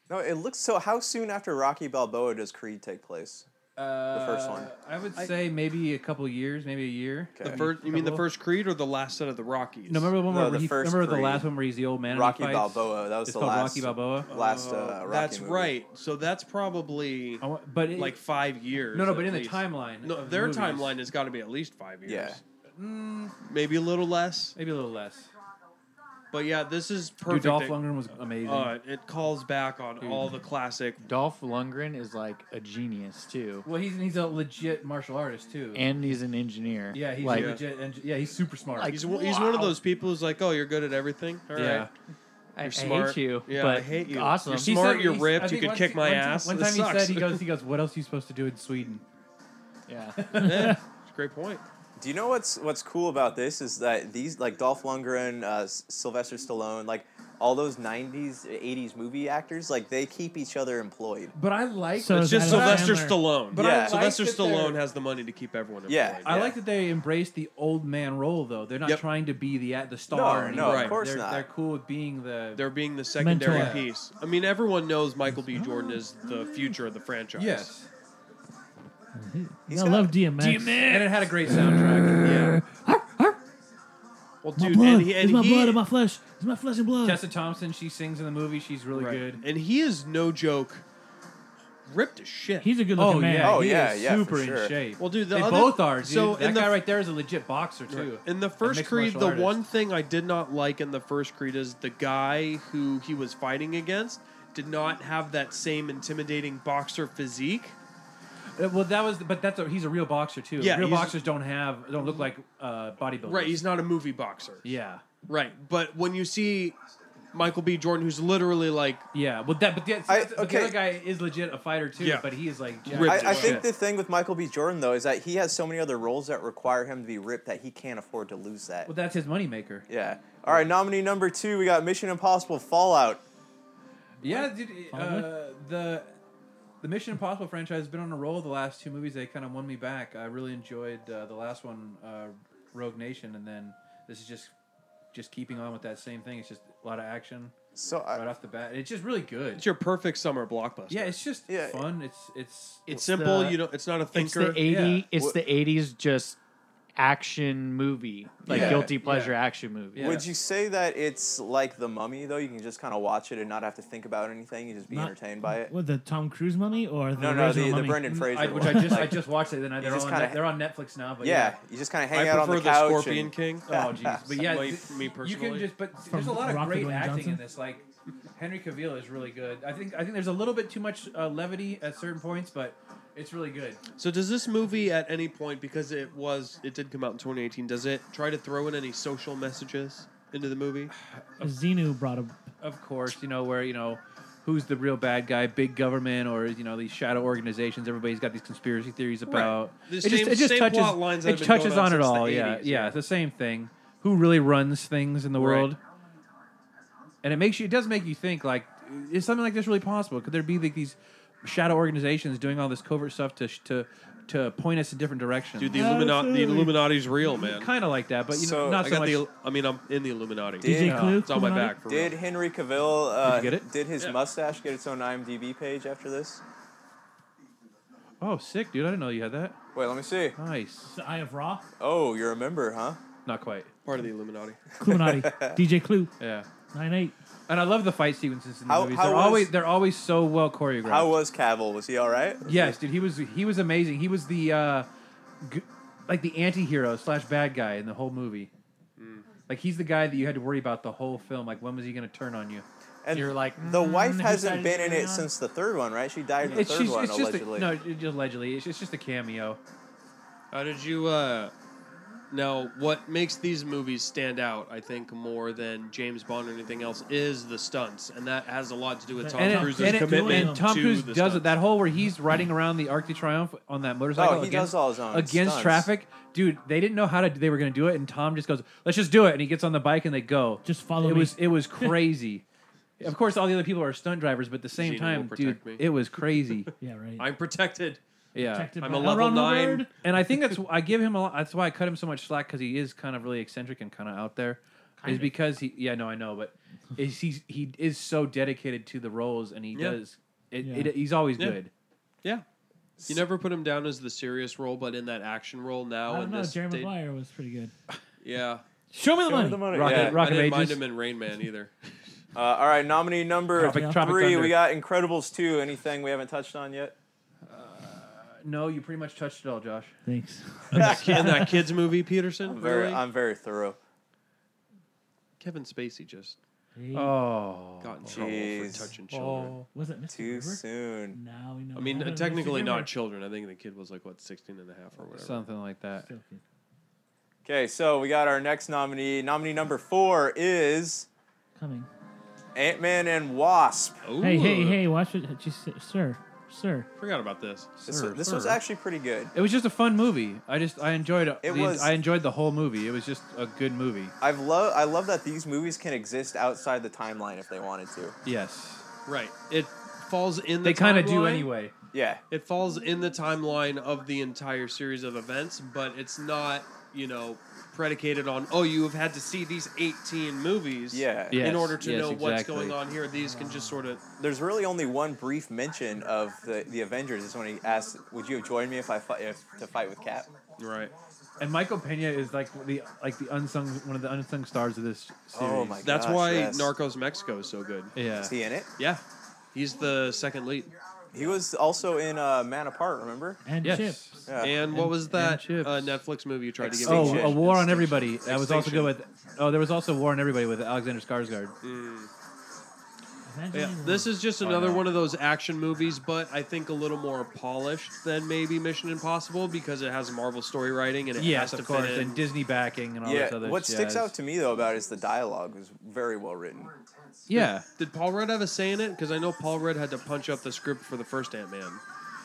No, it looks so. How soon after Rocky Balboa does Creed take place? Uh, first one. I would say maybe a couple years, maybe a year. Okay. The first, you mean the Hello? first Creed or the last set of the Rockies? No, remember the one No, where the he, first remember the Creed. last one where he's the old man. and he Rocky fights? Balboa. That was It's the called last. Rocky Balboa. Last. Uh, Rocky oh, That's movie. right. So that's probably I want- but it, like five years. no, no, at but in least. the timeline. No, of the their movies, timeline has got to be at least five years. Mm. Yeah. Maybe a little less. maybe a little less. But yeah, this is Dude, perfect. Dolph It- Lundgren was amazing. uh, it calls back on all the classic. Dolph Lundgren is like a genius too, well, he's he's a legit martial artist too. and he's an engineer. yeah, he's like a legit. eng- yeah, he's super smart. Like, He's, one- he's one of those people who's like, oh, you're good at everything. All right. yeah. I, I You're smart. hate you, Yeah, but I hate you. Awesome. You're He smart, said- you're he- ripped, I you think could once kick he- my one ti- ass. One This time he sucks. said, he goes, he goes, what else are you supposed to do in Sweden? yeah. Yeah, it's a great point. Do you know what's what's cool about this is that these like Dolph Lundgren, uh, S- Sylvester Stallone, like all those '90s, '80s movie actors, like they keep each other employed. But I like, So It's It's just Adam Sylvester Sandler. Stallone. But I Yeah. like Sylvester that Stallone they're- has the money to keep everyone employed. Yeah. I like that they embrace the old man role though. They're not Yep. trying to be the at the star. No, or no, anything. of course they're, not. They're cool with being the. They're being the secondary Mentor. piece. I mean, everyone knows Michael B. Jordan is the future of the franchise. yes, He's I got- love DMX. and it had a great soundtrack. Yeah. Well, My dude, blood and he, is and my he, blood and my flesh. It's my flesh and blood. Tessa Thompson, she sings in the movie. She's really right. good. and he is no joke, ripped as shit. He's a good looking Oh man. yeah, Oh, he yeah, is yeah, for super sure. in shape. Well, dude, the they other- both are. Dude. so So that in the guy f- right there is a legit boxer too. In the A first mixed Creed, martial the artist. one thing I did not like in the first Creed is the guy who he was fighting against did not have that same intimidating boxer physique. Uh, Well, that was, but that's a, he's a real boxer too. Yeah, real he's- boxers don't have, don't look like uh, bodybuilders. Right, he's not a movie boxer. yeah, Right, but when you see Michael B. Jordan, who's literally like, yeah. Well, that, but the, I- but the okay. other guy is legit a fighter too. Yeah. but he is like Ripped I, I as think shit. the thing with Michael B. Jordan though is that he has so many other roles that require him to be ripped that he can't afford to lose that. Well, that's his moneymaker. Yeah. All right, nominee number two, we got Mission Impossible Fallout. Yeah, dude, it- Probably. uh, the the Mission Impossible franchise has been on a roll the last two movies. They kind of won me back. I really enjoyed uh, the last one, uh, Rogue Nation, and then this is just just keeping on with that same thing. It's just a lot of action So uh, right I, off the bat. It's just really good. it's your perfect summer blockbuster. Yeah, it's just Yeah. fun. It's it's it's It's simple. the- you know, it's not a It's thinker. the eighty. yeah. It's What- the eighties just action movie, like Yeah, guilty pleasure yeah. action movie. Yeah. would you say that it's like The Mummy though? You can just kind of watch it and not have to think about anything. You just be Not- entertained by it. What the Tom Cruise mummy or the No, no, original the, the mummy? Brendan Fraser. I, which I one. just I Like, just watched it. Then I, they're, just on kinda- net- they're on Netflix now. But yeah, you just kind of I hang out on prefer the the, couch. Scorpion and- King. Oh jeez, but yeah, Like, th- me You personally. can just, but From there's a lot of Rock to great Dwayne acting Johnson? in this. Like Henry Cavill is really good. I think I think there's a little bit too much uh, levity at certain points, but it's really good. So does this movie at any point because it was it did come out in 2018 does it try to throw in any social messages into the movie? Uh, Xenu brought a Of course, you know where you know who's the real bad guy, big government or you know these shadow organizations. Everybody's got these conspiracy theories about. The same- same plot lines that have it been touches going on on, it since all. the yeah, 80s, yeah, yeah. it's the same thing. Who really runs things in the Right. world? And it makes you. It does make you think. Like, is something like this really possible? Could there be like these shadow organizations doing all this covert stuff to sh- to to point us in different directions? Dude, the Illuminati Absolutely. the Illuminati's real, man. kind of like that, but you know, So, not I so got much. the I mean I'm in the Illuminati. Did- DJ Yeah. Clue. It's on my Illuminati? back for Did real. Henry Cavill? Uh, you get it? Did his Yeah. mustache get its own IMDb page after this? oh, sick, dude! I didn't know you had that. Wait, let me see. Nice. the Eye of Ra. Oh, you're a member, huh? Not quite. part of the Illuminati. Cluminati. DJ Clue. Yeah. Nine eight. And I love the fight sequences in the How- movies. how they're was- always they're always so well choreographed. How was Cavill? Was he all right? yes, dude, he was he was amazing. He was the uh, g- like the anti-hero slash bad guy in the whole movie. Hmm. Like he's the guy that you had to worry about the whole film. Like when was he going to turn on you? And You're like, the wife "Mm, hasn't who's been in that it now?" since the third one, right? She died in the It's third just, one it's just allegedly. A, no, it's allegedly. It's, it's just a cameo. How did you uh now what makes these movies stand out I think more than James Bond or anything else is the stunts and that has a lot to do with Tom and, it- Cruise's and it- commitment and Tom to Cruise the does stunts. it. That whole where he's riding around the Arc de Triomphe on that motorcycle. Oh, he against, does all his own against stunts. traffic. Dude, they didn't know how to. They were going to do it, and Tom just goes, "Let's just do it." And he gets on the bike, and they go. Just follow it me. was it was crazy. of course, all the other people are stunt drivers, but at the same Xena will time, dude, protect me. it was crazy. Yeah, right. I'm protected. yeah. Protected I'm by a level Elrond the nine. Word. And I think that's I give him a lot. That's why I cut him so much slack because he is kind of really eccentric and kind of out there. Kind is of. because he yeah no I know but is he he is so dedicated to the roles and he Yeah. does it, Yeah. it he's always Yeah. good. Yeah. You never put him down as the serious role, but in that action role I now in don't know. this Jerry day- Maguire was pretty good. Yeah. Show me the money. Rocket- Yeah. Rock I of didn't mind Ages. him in Rain Man either. Uh, all right, nominee number Tropic- Tropic three. Thunder. we got Incredibles two. Anything we haven't touched on yet? No, you pretty much touched it all, Josh. Thanks. In that, ki- in that kids movie, Peterson. I'm very, really? I'm very thorough. Kevin Spacey just Hey, Uh, Oh, got in trouble Jeez. for touching children. was it Mr. Too Hoover? soon. Now we know. I mean, what happened to Mr. technically not Hoover. children. I think the kid was like what 16 and a half or whatever. something like that. Still good. Okay, so we got our next nominee. Nominee number four is Coming. Ant Man and Wasp. Ooh, Hey, hey, hey! Watch what you say, sir, sir. Forgot about this. This, Sir, this was sir. actually pretty good. It was just a fun movie. I just I enjoyed it. It the, was- I enjoyed the whole movie. It was just a good movie. I've love, I love that these movies can exist outside the timeline if they wanted to. Yes, Right. It falls in the they kind of do timeline. anyway. Yeah, It falls in the timeline of the entire series of events, but it's not, you know, predicated on, oh, you have had to see these 18 movies. yeah. Yeah. in Yes, order to yes, know what's exactly. going on here. These can just sort of There's really only one brief mention of the, the Avengers. Is when he asks, "Would you have joined me if I fi- if, to fight with Cap?" right. And Michael Pena is like the like the unsung one of the unsung stars of this series. Oh my That's Gosh, why yes. Narcos Mexico is so good. Yeah. Is he in it? Yeah, he's the second lead. He was also in uh, Man Apart. Remember? And Yes. chips. Yeah. And what was and that Chips. uh, Netflix movie you tried to give me? Oh, Extinction. a war on everybody. That was also Extinction. Mm. good with. Oh, there was also war on everybody with Alexander Skarsgård. Yeah, Evangeline this Lilly. is just another one of those action movies, but I think a little more polished than maybe Mission Impossible because it has Marvel story writing and it has Yes, to of course, fit in. and Disney backing and all this Yeah, other. what sticks jazz. out to me though about it is the dialogue was very well written. Yeah, Did Paul Rudd have a say in it? Because I know Paul Rudd had to punch up the script for the first Ant Man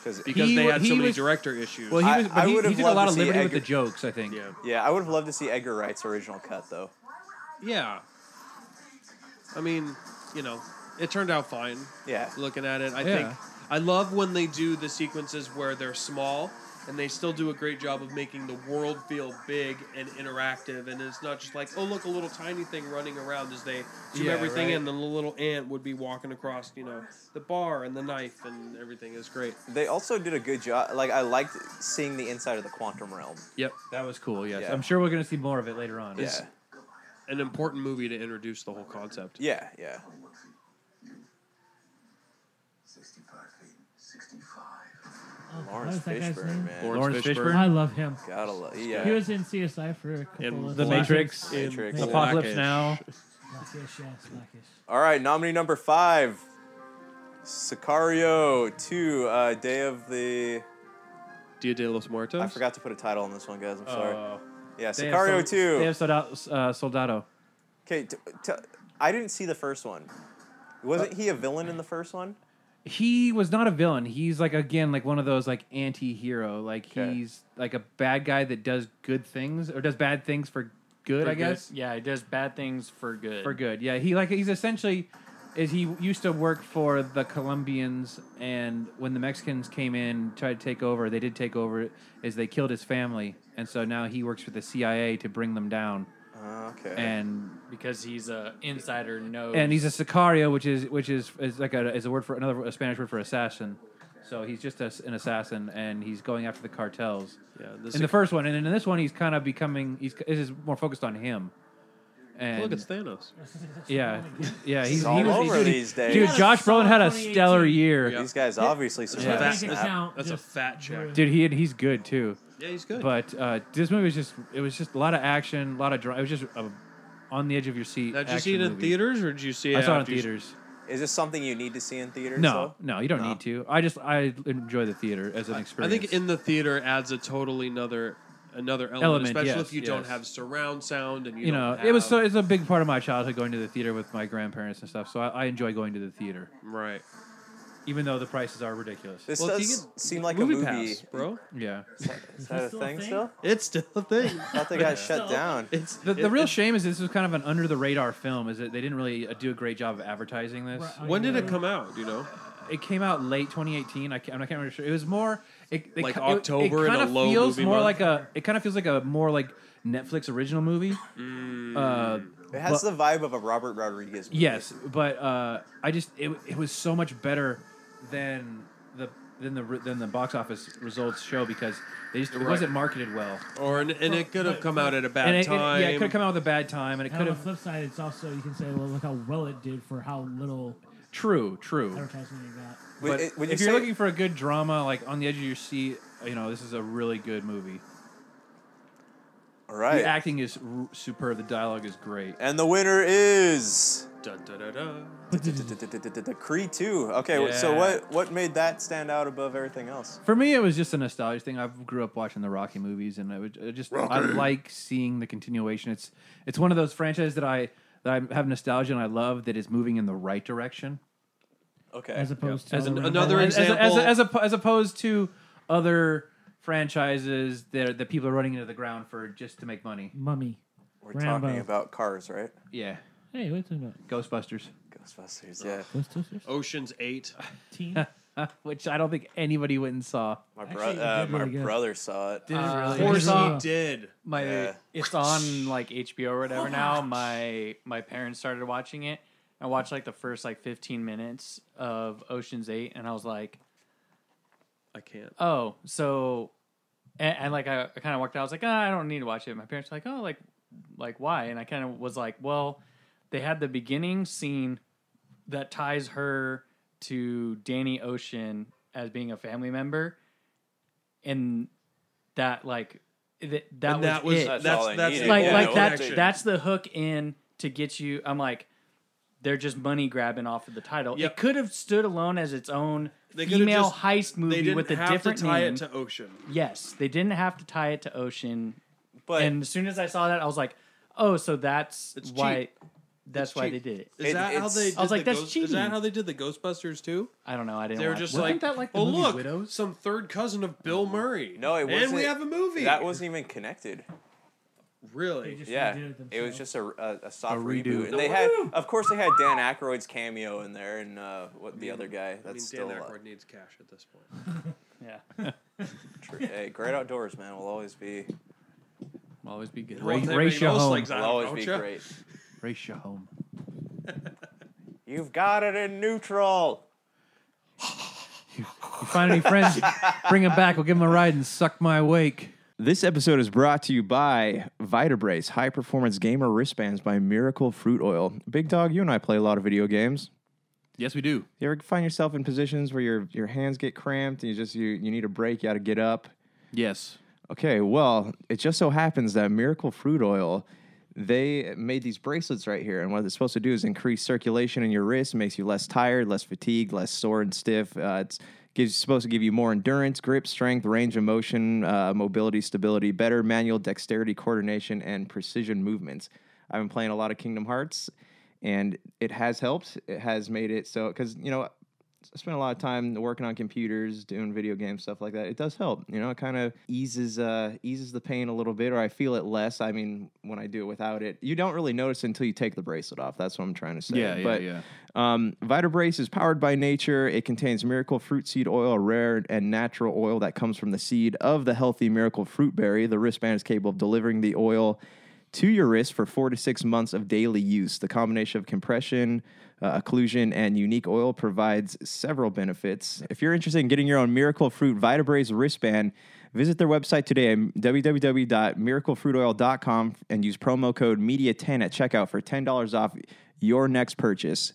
Cause because He they wa- had he so many was- director issues. well, he I- was. But I he, would've he took a loved lot to of see liberty with Edgar- the jokes. I think. yeah, yeah, I would have loved to see Edgar Wright's original cut though. yeah. I mean, you know, it turned out fine. Yeah, Looking at it, I Yeah. think I love when they do the sequences where they're small and they still do a great job of making the world feel big and interactive, and it's not just like, oh look, a little tiny thing running around as they do Yeah, everything, right. and the little ant would be walking across, you know, the bar and the knife and everything is great. they also did a good job. Like I liked seeing the inside of the quantum realm. Yep, That was cool. Yes, Yeah. I'm sure we're gonna see more of it later on. Yeah, an important movie to introduce the whole concept. yeah, yeah. 65 feet. 65. Oh, what Lawrence is that guy's Fishburne, name? man. Lawrence Fishburne. I love him. Gotta love. Yeah. He was in CSI for a couple In of The seasons. Matrix, In Matrix. Blackish. Apocalypse Blackish. Now. Blackish, yes, Blackish. All right, nominee number five, Sicario Two, uh, Day of the. Dia de los Muertos. I forgot to put a title on this one, Oh. guys. I'm sorry. Uh, yeah, they have Sicario Sol- They have Two. Soldado. Uh, Soldado. Okay, t- t- I didn't see the first one. Wasn't he a villain in the first one? He was not a villain. He's like again like one of those like anti-hero. Like Okay. he's like a bad guy that does good things or does bad things for good. For I guess Good. Yeah, he does bad things for good. for good. Yeah, he like he's essentially is he used to work for the Colombians and when the Mexicans came in tried to take over, they did take over is they killed his family and so now he works for the CIA to bring them down Uh, okay. and because he's a insider. Knows and he's a sicario which is which is is like a is a word for another a Spanish word for assassin. So he's just a, an assassin and he's going after the cartels. Yeah, In the first one and in this one he's kind of becoming he's this is more focused on him. And look, it's Thanos. yeah, yeah, he's, He's he all was- over dude, these days. Dude, Josh Brolin had a stellar 2018. year. Yeah. These guys obviously survived. Bank That's- account that's a just fat check. grew. Dude, he he's good too. Yeah, he's good. But uh, this movie was just it was just a lot of action, a lot of drama. It was just a, on the edge of your seat. now, did you action see it in movie. theaters or did you see it? I saw it in after you- theaters. Is this something you need to see in theaters? No, no, you don't No. need to. I just I enjoy the theater as an I experience. think in the theater adds a totally another another element, Element, especially yes, if you don't yes. have surround sound and you, you don't know it was so have- it's a big part of my childhood going to the theater with my grandparents and stuff. So I, I enjoy going to the theater, right. even though the prices are ridiculous. This Well, does Keegan, seem like movie a movie. pass, bro. yeah. Is that a Still a thing thing? still? It's still a thing. I thought they got shut Still. down. It's The, the it- real it- shame is this was kind of an under the radar film. Is that they didn't really uh, do a great job of advertising this. Right. When did it come out? do You know, It came out late 2018. I can't, I can't remember. Sure. It was more it, they Like ki- it- October It, in kind a of low feels movie more month? like a. It kind of feels like a more like Netflix original movie. Mm. Uh, It has the vibe of a Robert Rodriguez movie. yes, but uh, I just it, it was so much better than the than the re- than the box office results show because they just it Right. wasn't marketed well. or and, and it could have come out at a bad and it, it- time. yeah, it could have come out with a bad time, and And it on could the have flip side, it's also you can say, well, look how well it did for how little true, true. advertisement you got. Would, But it- would you if you're say- looking for a good drama, like on the edge of your seat, you know this is a really good movie. all The right, acting is r- superb. The dialogue is great. and the winner is Dun, dun, dun, dun. Creed Two. Okay, wh- so Yeah. what what made that stand out above everything else? For me, it was just a nostalgia thing. I grew up watching the Rocky movies, and I would I just I like seeing the continuation. It's it's one of those franchises that I that I have nostalgia and I love that is moving in the right direction. Eh, Okay, As opposed to As other an- rounds. another As, as, as, example- as, oppo- as opposed to other franchises that that people are running into the ground for just to make money. mummy. we're Rambo. talking about cars, right? Yeah, Hey, what are you talking about? Ghostbusters, Ghostbusters. Yeah, Ghostbusters? Ocean's Eight. Teen? which I don't think anybody went and saw. my bro- Actually, it uh, did my really good. brother saw it. Did it Uh, really? Of course Yeah. he did. my Yeah. it's on like HBO or whatever now. My my parents started watching it. I watched like the first like 15 minutes of Ocean's 8 and I was like, I can't. "Oh, so and, and like I, I kind of walked out. I was like, ah, "I don't need to watch it." My parents were like, "Oh, like like why?" And I kind of was like, "Well, they had the beginning scene that ties her to Danny Ocean as being a family member and that like th- that, and that was it That's that's all I that's needed. the like Yeah, whole like no that connection. that's the hook in to get you i'm like they're just money grabbing off of the title. Yep. It could have stood alone as its own They could've female just- heist They movie didn't with a have different to tie name. it to Ocean. yes, they didn't have to tie it to Ocean. But and as soon as I saw that, I was like, "Oh, so that's It's why. cheap. That's It's why cheap. they did it." Is It- that how it's- they? Did I was like, the that's Ghost- Is that cheating. how they did the Ghostbusters too? I don't know. I didn't. They were watch just it. Wasn't like, that like the oh movie look, Mm-hmm. Widows? some third cousin of Bill Murray. no, it wasn't. And we have a movie. That wasn't even connected. really. They just Yeah, redid it themselves. was just a, a, a soft A reboot. redo. And they had, of course, they had Dan Aykroyd's cameo in there, and uh, what the other guy. That's I mean, still Dan uh, Aykroyd needs cash at this point. yeah, tr- hey, great outdoors, man. Will always be, will always be good. Well, Ra- if they Ratio made most home. legs will out, always don't be ya? great. Race you home. You've got it in neutral. You find any friends, bring them back. We'll give them a ride and suck my wake. This episode is brought to you by Vitabrace, high performance gamer wristbands by Miracle Fruit Oil. Big Dog, you and I play a lot of video games. Yes, we do. You ever find yourself in positions where your your hands get cramped and you just you, you need a break, you got to get up. Yes. Okay, well, it just so happens that Miracle Fruit Oil, they made these bracelets right here, and what it's supposed to do is increase circulation in your wrist, makes you less tired, less fatigued, less sore and stiff. Uh, it's gives supposed to give you more endurance, grip, strength, range of motion, uh, mobility, stability, better manual dexterity, coordination, and precision movements. I've been playing a lot of Kingdom Hearts, and it has helped. It has made it so because you know I spend a lot of time working on computers, doing video games, stuff like that. It does help, you know. It kind of eases uh, eases the pain a little bit, or I feel it less. I mean, when I do it without it, you don't really notice until you take the bracelet off. That's what I'm trying to say. Yeah, yeah, but, yeah. Um, Vitabrace is powered by nature. It contains miracle fruit seed oil, a rare and natural oil that comes from the seed of the healthy miracle fruit berry. The wristband is capable of delivering the oil to your wrist for four to six months of daily use. The combination of compression, uh, occlusion, and unique oil provides several benefits. If you're interested in getting your own Miracle Fruit Vitabraze wristband, visit their website today at www.miraclefruitoil.com and use promo code MEDIA10 at checkout for $10 off your next purchase.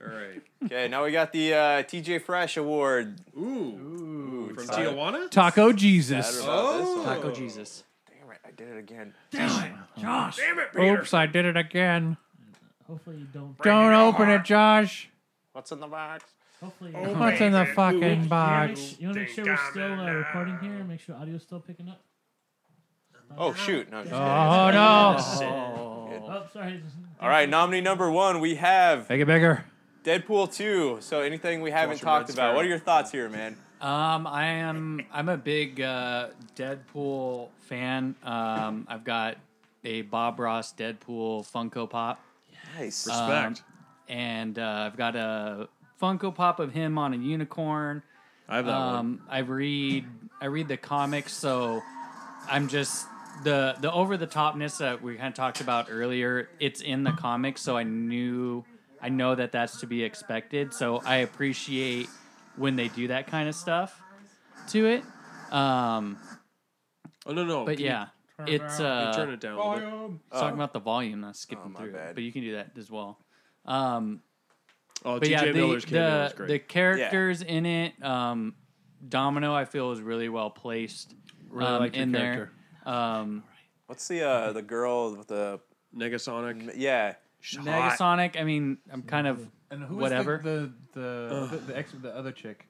All right. Okay, now we got the uh, TJ Fresh Award. Ooh. From excited. Tijuana. Taco Sad Jesus. about this one. Oh. Taco Jesus. Damn it, I did it again. Josh, Oops, I did it again. hopefully you don't. Don't open it, Josh. What's in the box? Hopefully, Oh What's in the fucking box? you want to make sure we're still uh, recording here. and Make sure audio's still picking up. Oh shoot! No, just- Oh no! Oh, sorry. All right, nominee number one, we have Make it bigger. Deadpool two. So anything we haven't Walter talked Red's about? favorite. What are your thoughts here, man? Um, I am. I'm a big uh, Deadpool fan. Um, I've got a Bob Ross Deadpool Funko Pop, Um, Nice. Respect. and uh, I've got a Funko Pop of him on a unicorn. I have that one. Um, I read. I read the comics, so I'm just the the over the topness that we kind of talked about earlier. It's in the comics, so I knew. I know that that's to be expected. So I appreciate when they do that kind of stuff to it. Um, Oh no no. but can you- yeah, turn it it's can uh, you turn it down. a little bit? it's talking about the volume. Not Oh, skipping my through, it, bad. but you can do that as well. Um, Oh, but TJ yeah, the, Miller's cameo is the, the great. characters in it, um, Domino, I feel is really well placed. Really um, like your in character. there. Um, What's the uh the girl with the Negasonic. yeah? Hot. Negasonic, I mean, I'm kind of And who Whatever. was the the the, the, the ex the other chick?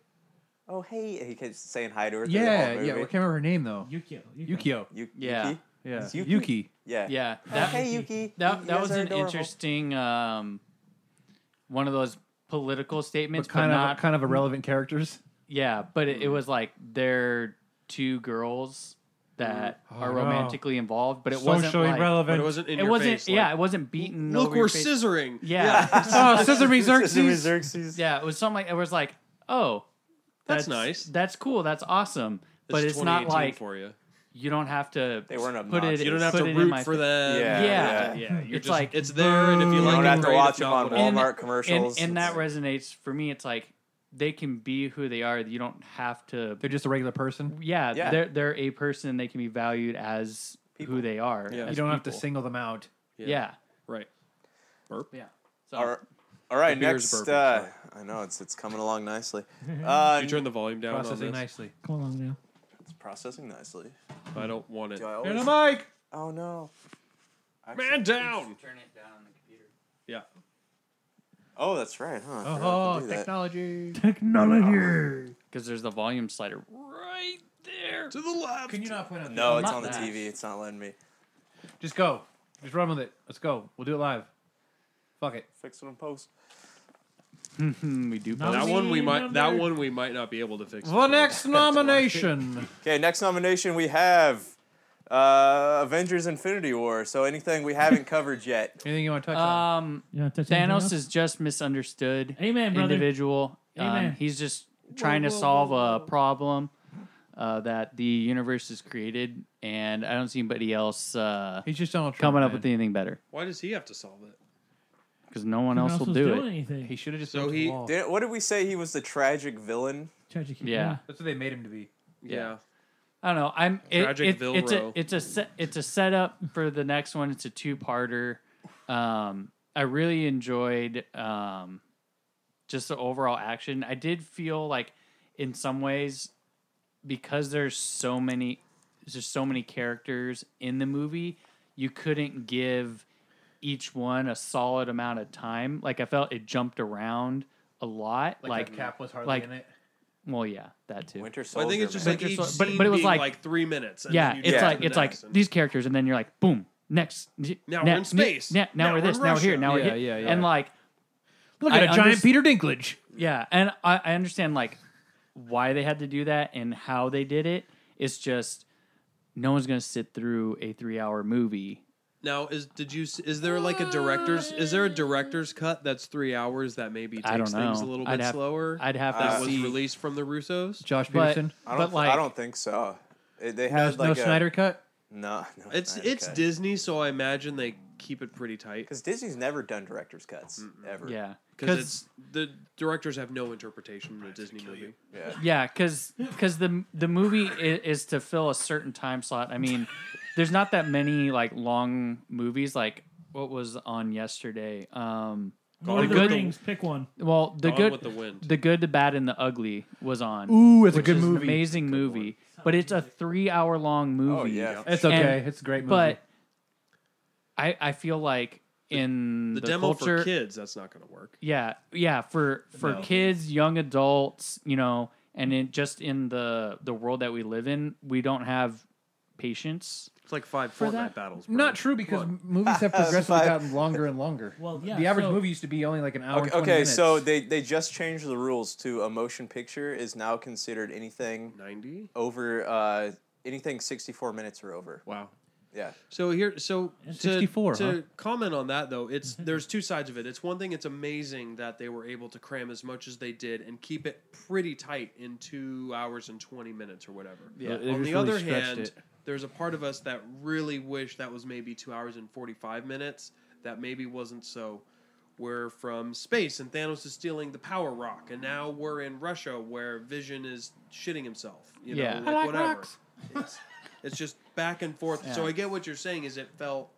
Oh hey, he keeps saying hi to her. through the whole Yeah, yeah. I movie. can't remember her name though. Yukio. Yukio. Yu- Yeah. Yuki? Yeah. It's Yuki. Yuki. Yeah. yeah. Oh, That hey Yuki. that, that You guys was are an adorable. interesting um, one of those political statements, But but, kind of not kind of irrelevant characters. yeah. But it, it was like they're two girls that are no. romantically involved, but it wasn't Socially like, But relevant. it wasn't in It your wasn't face. yeah. like, It wasn't beaten. Look, over we're your face. scissoring. Yeah. oh, Sesame Sesame Xerxes. Xerxes. Yeah, it was something like it was like, oh, That's nice. That's cool. That's awesome. But This it's not 2018 like for you. you don't have to. They weren't put it. obnoxious. You don't have put to it in my root for fa- them. Yeah, Yeah, yeah. You're it's just, like it's there, and if you You like, don't it, have to great, watch if them not, on whatever. And- Walmart and, commercials. and that resonates for me. It's like they can be who they are. You don't have to. They're just a regular person. Yeah, Yeah. they're they're a person. They can be valued as People. who they are. Yeah. as You don't have to people. single them out. Yeah. Right. Burp. Yeah. So All right, all right The beer's next. burping, uh, sorry. I know it's it's coming along nicely. Uh, You turn the volume down on Processing this. nicely. Come along now. it's processing nicely. I don't want it. Do I Turn the always, mic. oh no. Man down. Turn it down on the computer. Yeah. Oh, that's right, huh? I forgot I Oh, can do that. technology. Technology. Because there's the volume slider right there. To the left. Can you not point out? No, it's Not on the that. TV. It's not letting me. Just go. Just run with it. Let's go. We'll do it live. Fuck it. Fix it in post. we do. Not both. That me. one we might. That number- one we might not be able to fix. The next nomination. Okay, next nomination we have uh, Avengers: Infinity War. So anything we haven't covered yet. Anything you want to touch on? Um, You wanna touch anything else? Thanos is just misunderstood. Amen, brother. individual. Amen. Um, he's just trying to solve a problem uh, that the universe has created, and I don't see anybody else uh, He's just Donald Trump. coming up man. with anything better Why does he have to solve it? because no one Who else else will was do doing it. anything. He should have just. So built a he wall. Didn't, what did we say? He was the tragic villain. Tragic. Yeah. That's what they made him to be. Yeah. I don't know. I'm it, Tragic it- it's a Vilro. it's a set, it's a setup for the next one. It's a two parter. Um, I really enjoyed um, just the overall action. I did feel like in some ways because there's so many there's so many characters in the movie, you couldn't give each one a solid amount of time. Like I felt it jumped around a lot. Like, Cap was hardly like- in it. well, yeah, that too. Winter Well, Soldier. I think it's just man. like Winter each Sol- but- scene but it was being like- like, three minutes. and yeah, then you it's get to like the it's like next and- these characters, and then you're like, boom, next. n- Now we're in ne- space. ne- now, Now we're we're in this. Now we're here. Russia. Now we're Yeah, here. yeah, yeah. And like, Look I at a giant underst- Peter Dinklage. yeah, and I, I understand like why they had to do that and how they did it. It's just no one's gonna sit through a three-hour movie. Now is did you s- is there like a director's is there a director's cut that's three hours that maybe takes I don't know. things a little bit I'd have- slower I'd have to that was see. released from the Russos? Josh But- Peterson. I don't. but th- like, I don't think so. It- They No, had no like a, Snyder cut. No, no. It's it's Disney, so I imagine they keep it pretty tight because Disney's never done director's cuts ever. yeah, because it's the directors have no interpretation in a Disney movie. Yeah. Yeah, because the the movie is, is to fill a certain time slot. I mean, there's not that many like long movies. Like what was on yesterday? Um, Lord of The the good- Rings. Pick one. well, the Gone good, with the Wind. the good, the bad, and the ugly was on. Ooh, it's a which good is an movie. amazing movie, but it's a three hour long movie. Oh yeah. It's okay. And- it's a great movie. But I I feel like in The, the, demo culture, for kids that's not going to work. yeah, yeah, for for No. kids, young adults, you know, and in just in the the world that we live in, we don't have patience. It's like five For Fortnite that- battles. Bro. not true because m- movies have progressively gotten longer and longer. Well, yeah, the average so- movie used to be only like an hour. Okay, and 20 okay minutes. so they, they just changed the rules to a motion picture is now considered anything ninety. over uh, anything 64 minutes or over. Wow. Yeah. So here, so to, 64, to huh? comment on that though, it's Mm-hmm. there's two sides of it. It's one thing; it's amazing that they were able to cram as much as they did and keep it pretty tight in two hours and twenty minutes or whatever. Yeah, On they the just really other stretched hand, it. there's a part of us that really wish that was maybe two hours and forty five minutes. That maybe wasn't so. We're from space, and Thanos is stealing the power rock, and now we're in Russia, where Vision is shitting himself. You know, Yeah. I like, like whatever. rocks. It's, it's just back and forth. So I get what you're saying is it felt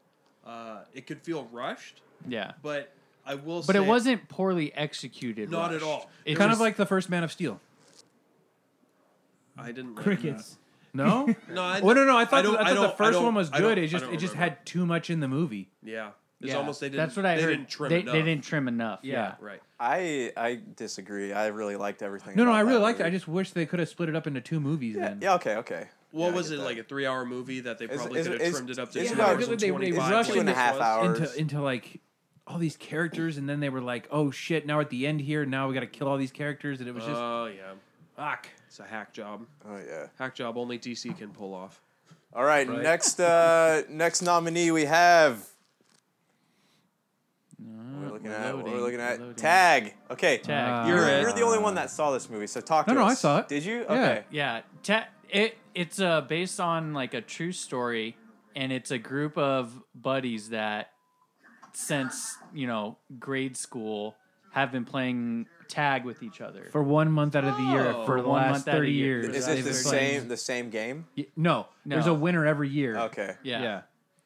uh, it could feel rushed, Yeah, but I will but say it wasn't poorly executed. not at rushed. all. It kind of was- like the first Man of Steel. I didn't like Crickets. No. that. No, I, Oh no no! I thought, don't- the, I I thought the don't- I first don't- one was I don't- good. It I just don't it just remember. had too much in the movie. yeah. It's yeah. almost they didn't. That's what I they heard. Didn't trim they, enough. they didn't trim enough. Yeah, Right. I I disagree. I really liked everything. No no, about I really that liked it. I movie. just wish they could have split it up into two movies. Yeah, then yeah, okay, okay. What Yeah, I was get it that. like a three-hour movie that they It's- probably it's- could have it's- trimmed it up to it's two about- hours they- and they twenty-five? rushed is what into- this was. hours. into into like all these characters, and then they were like, oh shit! Now we're at the end here. Now we got to kill all these characters, and it was just Uh, Oh yeah, fuck. it's a hack job. Oh yeah. Hack job only DC can pull off. All right, next uh next nominee we have Mm. we're looking at what we're loading, looking at loading. Tag. Okay. Tag. You're, You're it. you're the only one that saw this movie, so talk No, to no, us. I saw it. Did you? Yeah. Okay. Yeah, ta- it it's uh, based on like a true story, and it's a group of buddies that since you know grade school have been playing tag with each other. For one month out of the year, Oh. for the One last month out of thirty the year. years, Is they've this the been same playing- the same game? Y- No, there's No. a winner every year. Okay. yeah. Yeah.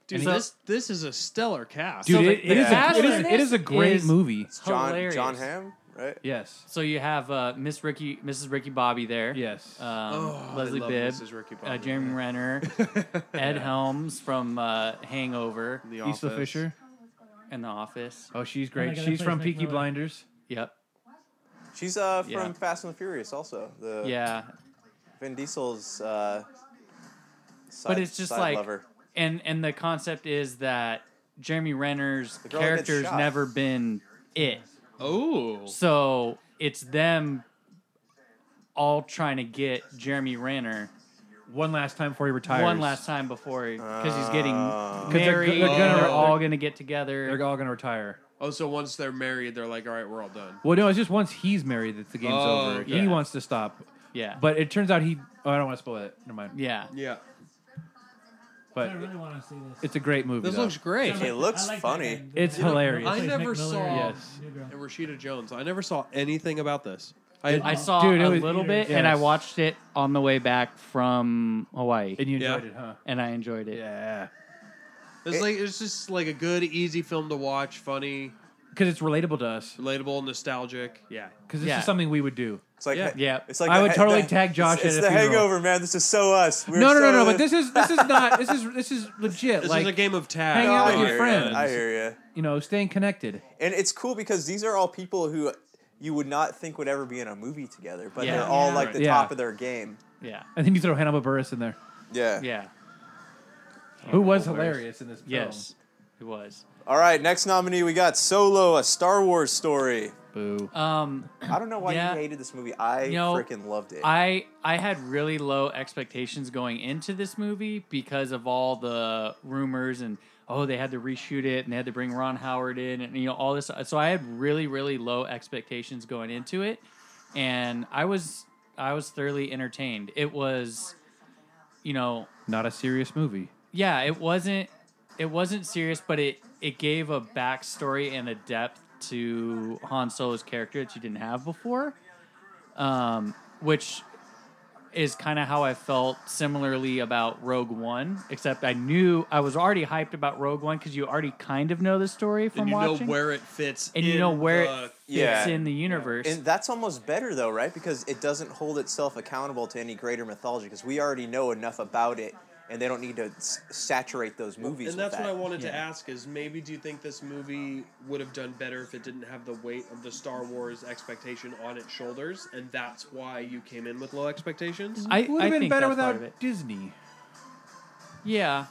Dude, So- this this is a stellar cast. Dude, So it- the- it, is yeah. a, it, is, it is a Is- great movie. It's John John Hilarious. Hamm, right? Yes. So you have uh, Miss Ricky, Mrs. Ricky Bobby there. Yes. Um, Oh, I Leslie love Bibb, Mrs. Ricky uh, Bobby. Jeremy Renner, Ed Helms from uh, Hangover, The Isla Office. Fisher. and in The Office. Oh, she's my great. God, that She's place from makes me Peaky laugh. Blinders. Yep. She's uh from Yeah. Fast and the Furious also. The Yeah. Vin Diesel's uh side, But it's just side like lover. and and the concept is that Jeremy Renner's girl that gets character's shot. never been it. Oh, So it's them all trying to get Jeremy Renner One last time before he retires. one last time before because he's getting Oh. 'Cause they're go- married. they're and gonna- they're all they're- gonna get together. They're all gonna retire. oh! So once they're married, they're like, all right, we're all done. Well, no, it's just once he's married that the game's Oh, over. yeah. He wants to stop, yeah, but it turns out he. Oh, I don't want to spoil it. Never mind. yeah. Yeah, But I really want to see this. it's a great movie. this though. looks great. It looks I like that funny. guy. It's You know, hilarious. plays I never Mac Miller saw- in Yes. Newgirl. And Rashida Jones. I never saw anything about this. I I saw Dude, it a was- little bit, and I Yes. watched it on the way back from Hawaii, and you Yeah. enjoyed it, huh? and I enjoyed it. Yeah. it's like it's just like a good, easy film to watch, funny, Because it's relatable to us. relatable, nostalgic. Yeah, Because this Yeah. is something we would do. It's like Yeah. Yeah. It's like I the would ha- totally the- tag Josh It's, at it's a the funeral. Hangover, man. This is so us. We're no, no, so no, no. But this is this is not. This is this is legit. this like is a game of tag. hang No, out I with your hear ya, friends. I hear you. you know, staying connected. And it's cool because these are all people who you would not think would ever be in a movie together, but Yeah. they're all Yeah. like the Yeah. top of their game. Yeah, And then you throw Hannibal Burris in there, Yeah. yeah, who was Hannibal Buress. hilarious in this film. yes, it was. All right, next nominee we got Solo, a Star Wars story. Boo. Um, I don't know why Yeah. you hated this movie. I You know, freaking loved it. I I had really low expectations going into this movie because of all the rumors and oh they had to reshoot it and they had to bring Ron Howard in and you know all this so I had really really low expectations going into it and I was I was thoroughly entertained. It was you know Not a serious movie. yeah, it wasn't it wasn't serious, but it it gave a backstory and a depth to Han Solo's character that you didn't have before, um, which is kind of how I felt similarly about Rogue One. Except I knew I was already hyped about Rogue One because you already kind of know the story from and you watching, know where it fits. and you in know where the- it fits Yeah. in the universe. and that's almost better though, right? Because it doesn't hold itself accountable to any greater mythology because we already know enough about it and they don't need to s- saturate those movies And with that's that. what I wanted to Yeah. ask is maybe do you think this movie would have done better if it didn't have the weight of the Star Wars expectation on its shoulders and that's why you came in with low expectations? I, Would I have been think better that's part of it. without Disney. Yeah.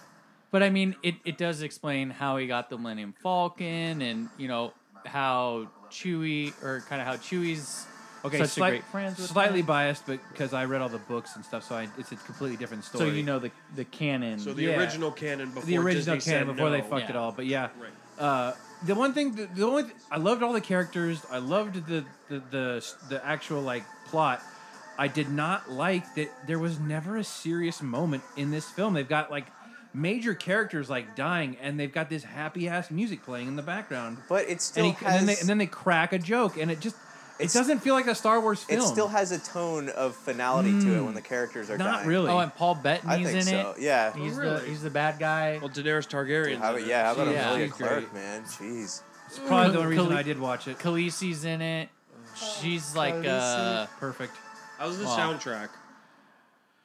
But I mean, it, it does explain how he got the Millennium Falcon and, you know, how Chewie, or kind of how Chewie's Okay, such slight- a great friend with slightly him. biased, but because I read all the books and stuff, so I, it's a completely different story. So you know the, the canon. so the yeah. original canon before the original Disney canon said before they no. fucked it Yeah. all. But yeah, Right. uh, the one thing, the, the only, I loved all the characters. I loved the the the, the actual like plot. I did not like that there was never a serious moment in this film. They've got like major characters like dying, and they've got this happy ass music playing in the background. But it still And, he, has and, then they, and then they crack a joke, and it just it It's- doesn't feel like a Star Wars it film. still has a tone of finality to it when the characters are Mm. not dying. really. oh, and Paul I Bettany's think in so. it. Yeah. He's, the, Really? he's the bad guy. Well, Daenerys Targaryen. How, yeah, how about Yeah. Amelia She's Clark, great. man? Jeez. it's probably the Khal- only reason I did watch it. Khaleesi's in it. She's like, uh, Perfect. How's the Wow. soundtrack?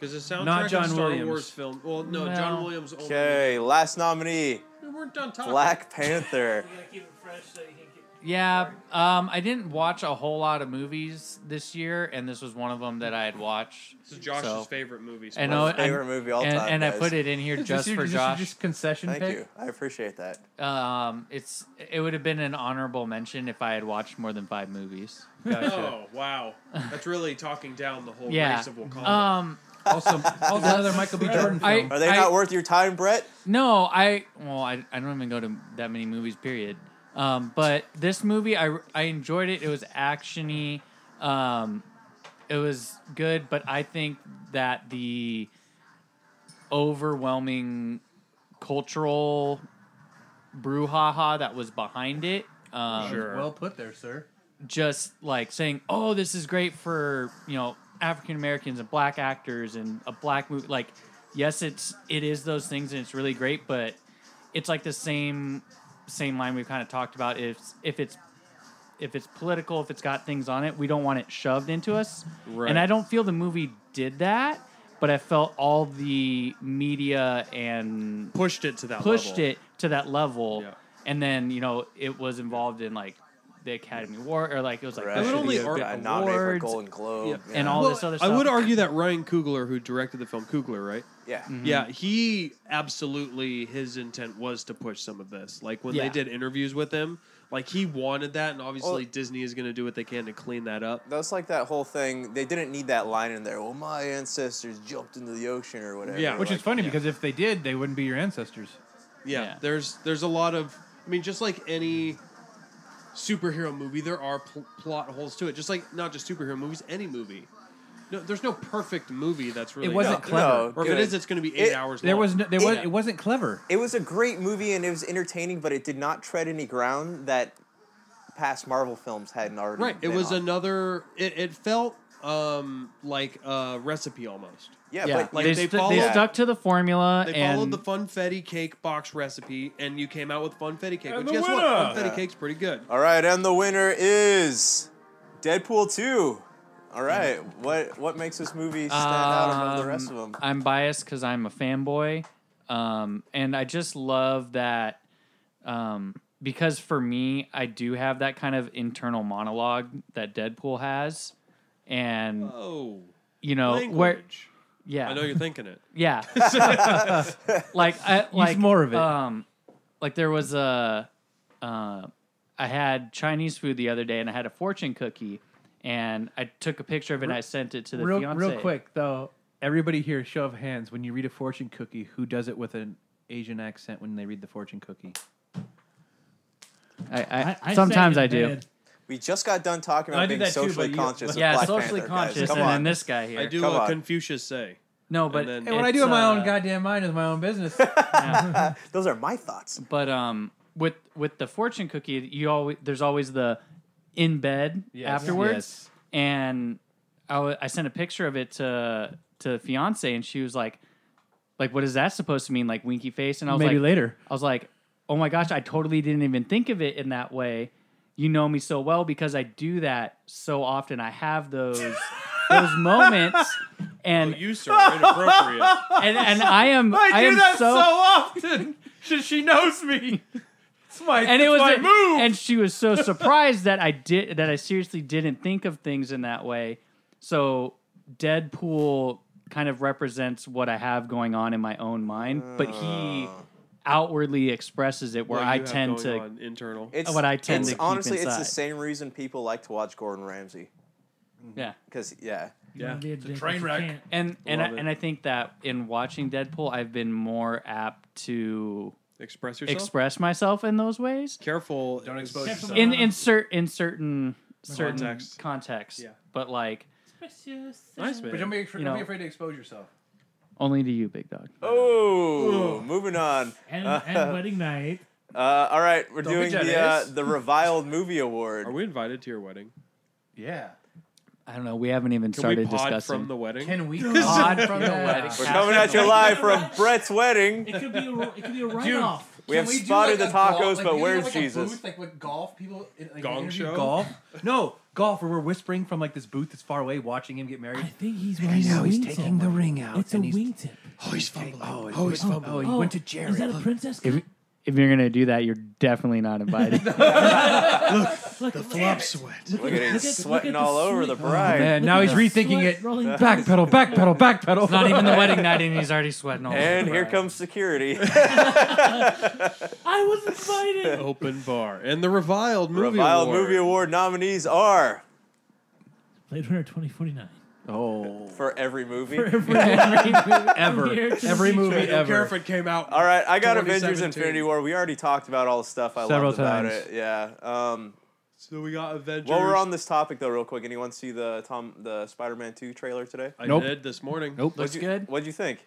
Because the soundtrack Not John of Star Williams. Wars film. Well, no, John No. Williams. only- Okay, last nominee, We weren't done talking. Black Panther. We gotta keep it fresh so you can get- yeah. Um, I didn't watch a whole lot of movies this year, and this was one of them that I had watched. This is Josh's so. favorite movie. so I My oh, know, and- favorite movie all and, time, and I guys. put it in here just This is- for this is Josh. Just concession Thank pick. you. I appreciate that. Um, it's it would have been an honorable mention if I had watched more than five movies. Gotcha. Oh wow, that's really talking down the whole Yeah. race of Wakanda. Uh, Um, Oh. also, also another Michael B. Jordan film. I- Are they not worth your time, Brett? no, I well, I, I don't even go to that many movies. Period. Um, but this movie, I I enjoyed it. It was actiony. Um, it was good, but I think that the overwhelming cultural brouhaha that was behind it. Um, That was Well put there, sir. just like saying, "Oh, this is great for you know African Americans and black actors and a black movie." Like, yes, it's it is those things and it's really great, but it's like the same same line we've kind of talked about. If if it's if it's political, if it's got things on it, we don't want it shoved into us. Right. And I don't feel the movie did that, but I felt all the media and pushed it to that. pushed level. it to that level. Yeah. and then you know it was involved in like the Academy Award or like it was like Right. the would only Video argue- Brit got nominated for a Awards Golden Globe. and yeah. all Well, this other I stuff. would argue that Ryan Coogler, who directed the film Coogler, right? Yeah. Yeah, he absolutely his intent was to push some of this. Like when they Yeah. did interviews with him, like he wanted that, and obviously Well- Disney is going to do what they can to clean that up. That's like that whole thing. They didn't need that line in there. Well, my ancestors jumped into the ocean or whatever. Yeah. Which like, is funny yeah. because if they did, they wouldn't be your ancestors. Yeah, Yeah. there's there's a lot of. I mean, just like any superhero movie, there are pl- plot holes to it. Just like not just superhero movies, any movie. No, there's no perfect movie that's really. wasn't no, clever. no, Or if good. it is, it's going to be eight It- hours. There long. was no, there was Yeah. it wasn't clever. It was a great movie and it was entertaining, but it did not tread any ground that past Marvel films hadn't already. right. It been was on. another. It, it felt um like a recipe almost. yeah, yeah, but like they, they stu- they followed- stuck to the formula They and followed the funfetti cake box recipe, and you came out with funfetti cake. And which the guess what? winner! Funfetti Yeah. cake's pretty good. All right, and the winner is Deadpool 2. All right, what what makes this movie stand out among the Um, rest of them? I'm biased because I'm a fanboy, um, and I just love that um, because for me, I do have that kind of internal monologue that Deadpool has, and Oh, you know where language. yeah I know you're thinking it. yeah like I like more of it. Um, like there was a, uh, I had Chinese food the other day, and I had a fortune cookie, and I took a picture of it and I sent it to the Real, fiance. real quick though, everybody here, show of hands. When you read a fortune cookie, who does it with an Asian accent when they read the fortune cookie? I, I, I, I sometimes sat I in do. bed. We just got done talking I did about being that too, socially but you- conscious. of yeah, Black socially Panther, guys. conscious, Come and on. then this guy here. I do Come what on. Confucius say. No, but then- Hey, what I do it's, in my uh, own goddamn mind is my own business. Those are my thoughts. But um, with with the fortune cookie, you always there's always the in bed afterwards, and I wa- I sent a picture of it to to fiance, and she was like, like what is that supposed to mean? Like winky face, and I was Maybe like, later. I was like, oh my gosh, I totally didn't even think of it in that way. You know me so well because I do that so often. I have those those moments, and You sir are inappropriate. Oh, and, and I am I, am often. she, she knows me. It's my and it it's was my a- and she was so surprised that I did that I seriously didn't think of things in that way. So Deadpool kind of represents what I have going on in my own mind, but he outwardly expresses it where Ah. What I you have tend going to on internal. It's what I tend it's to keep honestly it's the inside. same reason people like to watch Gordon Ramsay yeah. because yeah, You Yeah, wanna be a it's a dick, but train you wreck. can't. And and I, Love it. and I think that in watching Deadpool I've been more apt to Express yourself. express myself in those ways Careful. Don't expose yourself. in in cer- in certain certain Ah. Context. contexts. Yeah. But like Nice But don't man. be, afraid- You don't be know. afraid to expose yourself. only to you, big dog. Oh, moving on. And, and wedding night. Uh, all right, we're Don't be doing the uh, jealous. the reviled movie award. Are we invited to your wedding? Yeah. I don't know. We haven't even Can started we pod discussing. from the wedding? Can we Pod pod from from the the wedding? wedding. We're coming at you live from Brett's wedding. It could be a, ro- it could be a write-off. We have spotted the tacos, but where's Jesus? like what golf people? in- Like, Gong an interview show? Golf? No, golf. Where we're whispering from like this booth that's far away, watching him get I married. think he's wearing know, a he's wingtip. taking the ring out It's a and he's- wingtip. Oh, he's fumbling. Oh, Oh, he's fumbling. Oh, he went to Jerry. Is that a princess? if, if you're gonna do that, you're definitely not invited. Look, the Flop sweat. Look at look him at sweating the all over the sweat. Oh, bride. Man, now he's at the rethinking sweat it. rolling down his- Backpedal, backpedal, backpedal. not e- even the wedding night, and he's already sweating all over. and the here bride. comes security. I was invited. Open bar and the reviled movie reviled award. movie award nominees are Blade Runner 2049. Oh, for every movie. ever, Here to the every movie future. I don't care ever. if it came out. all right, I got Avengers 2017. Infinity War. We already talked about all the stuff I Several loved about times. it. Yeah. Um, So we got Avengers. while we're on this topic though, real quick, anyone see the Tom the Spider-Man 2 trailer today? I Nope. did this morning. Nope. Looks What'd you- good. What'd you think?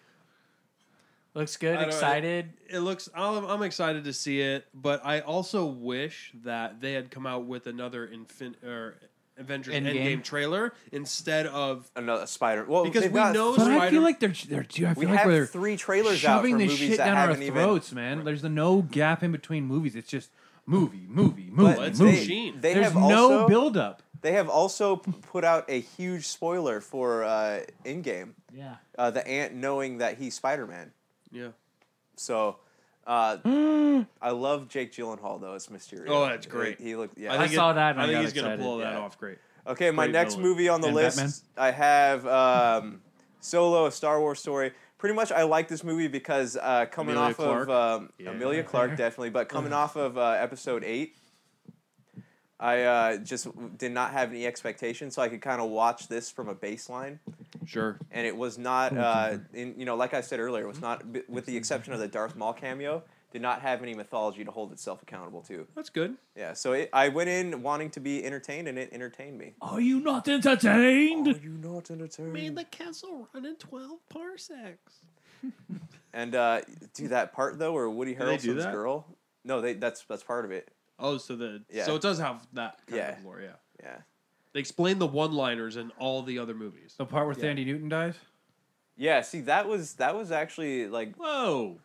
Looks good. I don't- Excited. It looks. I'm, I'm excited to see it, but I also wish that they had come out with another infin or Avengers Endgame. Endgame, trailer instead of Another Spider. Well, Because they've we got- know- But I Spider- feel like they're they're. dude, I we feel like have we're three trailers out for shoving this movies shit that down our haven't even throats, man. There's the no gap in between movies. It's just movie, movie, movie, But Let's they, movie. machine. they There's have no also, build up. They have also p- put out a huge spoiler for uh, in game, Yeah. uh, the ant knowing that he's Spider Man. yeah. So Uh, I love Jake Gyllenhaal though as Mysterio. Oh, that's great. He, he looked. Yeah. I saw that and I I think got he's gonna excited, pull that yeah. off great. Okay, my Great next villain. movie on the And list, Batman? I have um, Solo, a Star Wars story. Pretty much, I like this movie because uh, coming Amelia off Clarke? of um, Yeah. Uh-huh. Amelia Clark, definitely, but coming off of uh, Episode Eight, I uh, just w- did not have any expectations, so I could kind of watch this from a baseline, Sure. and it was Oh, not, uh, in, you know, like I said earlier, it was not, b- with the exception of the Darth Maul cameo, did not have any mythology to hold itself accountable to. That's good. Yeah, so it, I went in wanting to be entertained, and it entertained me. Are you not entertained? you not entertained? the castle run in twelve parsecs. And uh, do that part though, where Woody they do Harrelson's that? girl. No, they that's that's part of it. Oh, so the Yeah. so it does have that kind Yeah. of lore. Yeah. Yeah. They explain the one-liners in all the other movies. The part where Yeah. Sandy Newton dies. Yeah. See, that was that was actually like Whoa.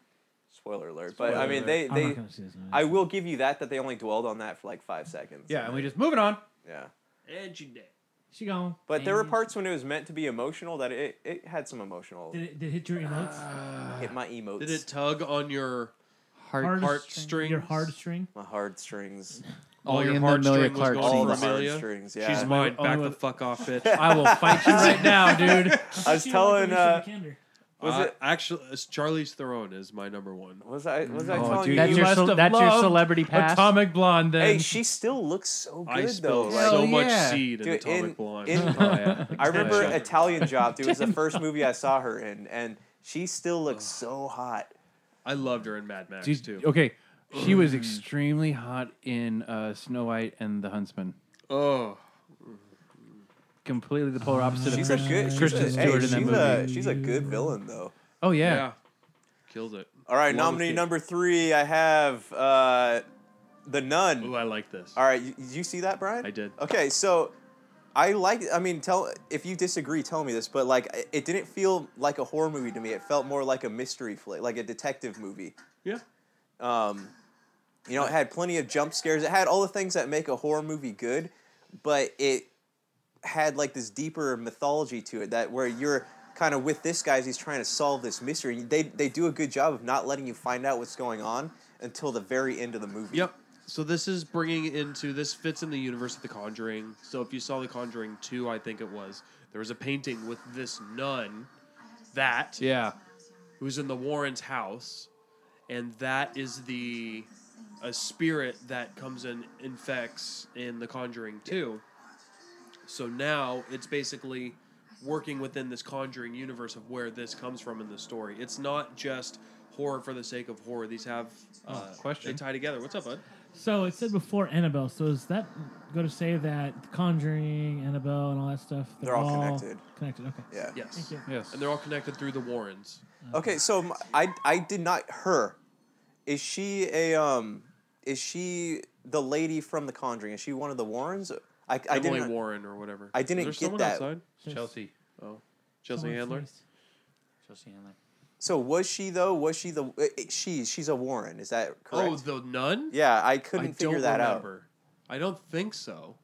spoiler alert, but I Spoiler mean they I'm they not gonna see this movie. I will give you that that they only dwelled on that for like five seconds. Yeah, and we just moving on. Yeah. And she did. she gone. But there were Mm. parts when it was meant to be emotional that it, it had some emotional Did it, did it hit Uh, your emotes? hit my emotes, Did it tug on your Heart, heartstrings? Your hard string. my hard strings, All Only your in the heartstrings Amelia was Clark going scene. all for the Amelia? hard strings. Yeah. She's mine. Back the with- fuck off, bitch. I will fight you right now, dude. I was telling. Uh, was Uh, it? actually it's Charlize Theron is my number one? Was I? Was I Oh, telling dude, you? That's your must ce- have that's your loved celebrity pass. Atomic Blonde. Then. Hey, she still looks so I good though. spilled Like, Hell so much yeah. seed in Dude, Atomic in- Blonde. in- oh, yeah. I remember Yeah. Italian Job. It was the first movie I saw her in, and she still looks so hot. I loved her in Mad Max She's- too. Mm. okay, she was extremely hot in uh, Snow White and the Huntsman. Oh, Completely the polar opposite She's of a Chris- good. She's Kristen a, hey, Stewart she's, in that a, movie. she's a good villain though. Oh yeah. yeah. Killed it. All right, Love nominee it. number three. I have uh, the Nun. Ooh, I like this. All right, you, you see that, Brian? I did. Okay, so I like. I mean, tell if you disagree, tell me this. But like, it- it didn't feel like a horror movie to me. It felt more like a mystery flick, like a detective movie. Yeah. Um, you know, it had plenty of jump scares. It had all the things that make a horror movie good, but it had like this deeper mythology to it that where you're kind of with this guy as he's trying to solve this mystery. They they do a good job of not letting you find out what's going on until the very end of the movie. Yep. So this is bringing into this fits in the universe of The Conjuring. So if you saw The Conjuring 2, I think it was, there was a painting with this nun that Yeah. who's in the Warren's house, and that is the a spirit that comes and infects in The Conjuring 2. So now it's basically working within this Conjuring universe of where this comes from in the story. It's not just horror for the sake of horror. These have uh, question. They tie together. What's up, bud? So it said before Annabelle. So is that going to say that Conjuring, Annabelle, and all that stuff? They're all connected. Connected. Okay. Yeah. Yes. Thank you. Yes. And they're all connected through the Warrens. Okay, so m- I I did not her. Is she a um? Is she the lady from The Conjuring? Is she one of the Warrens? I, I Emily didn't. Warren or whatever. I didn't Is there get someone that. outside? Just Chelsea. Chelsea someone's Handler. face. So was she though? Was she the i- i- she? She's a Warren. Is that correct? Oh, the nun. yeah, I I couldn't don't figure that remember. I don't think so.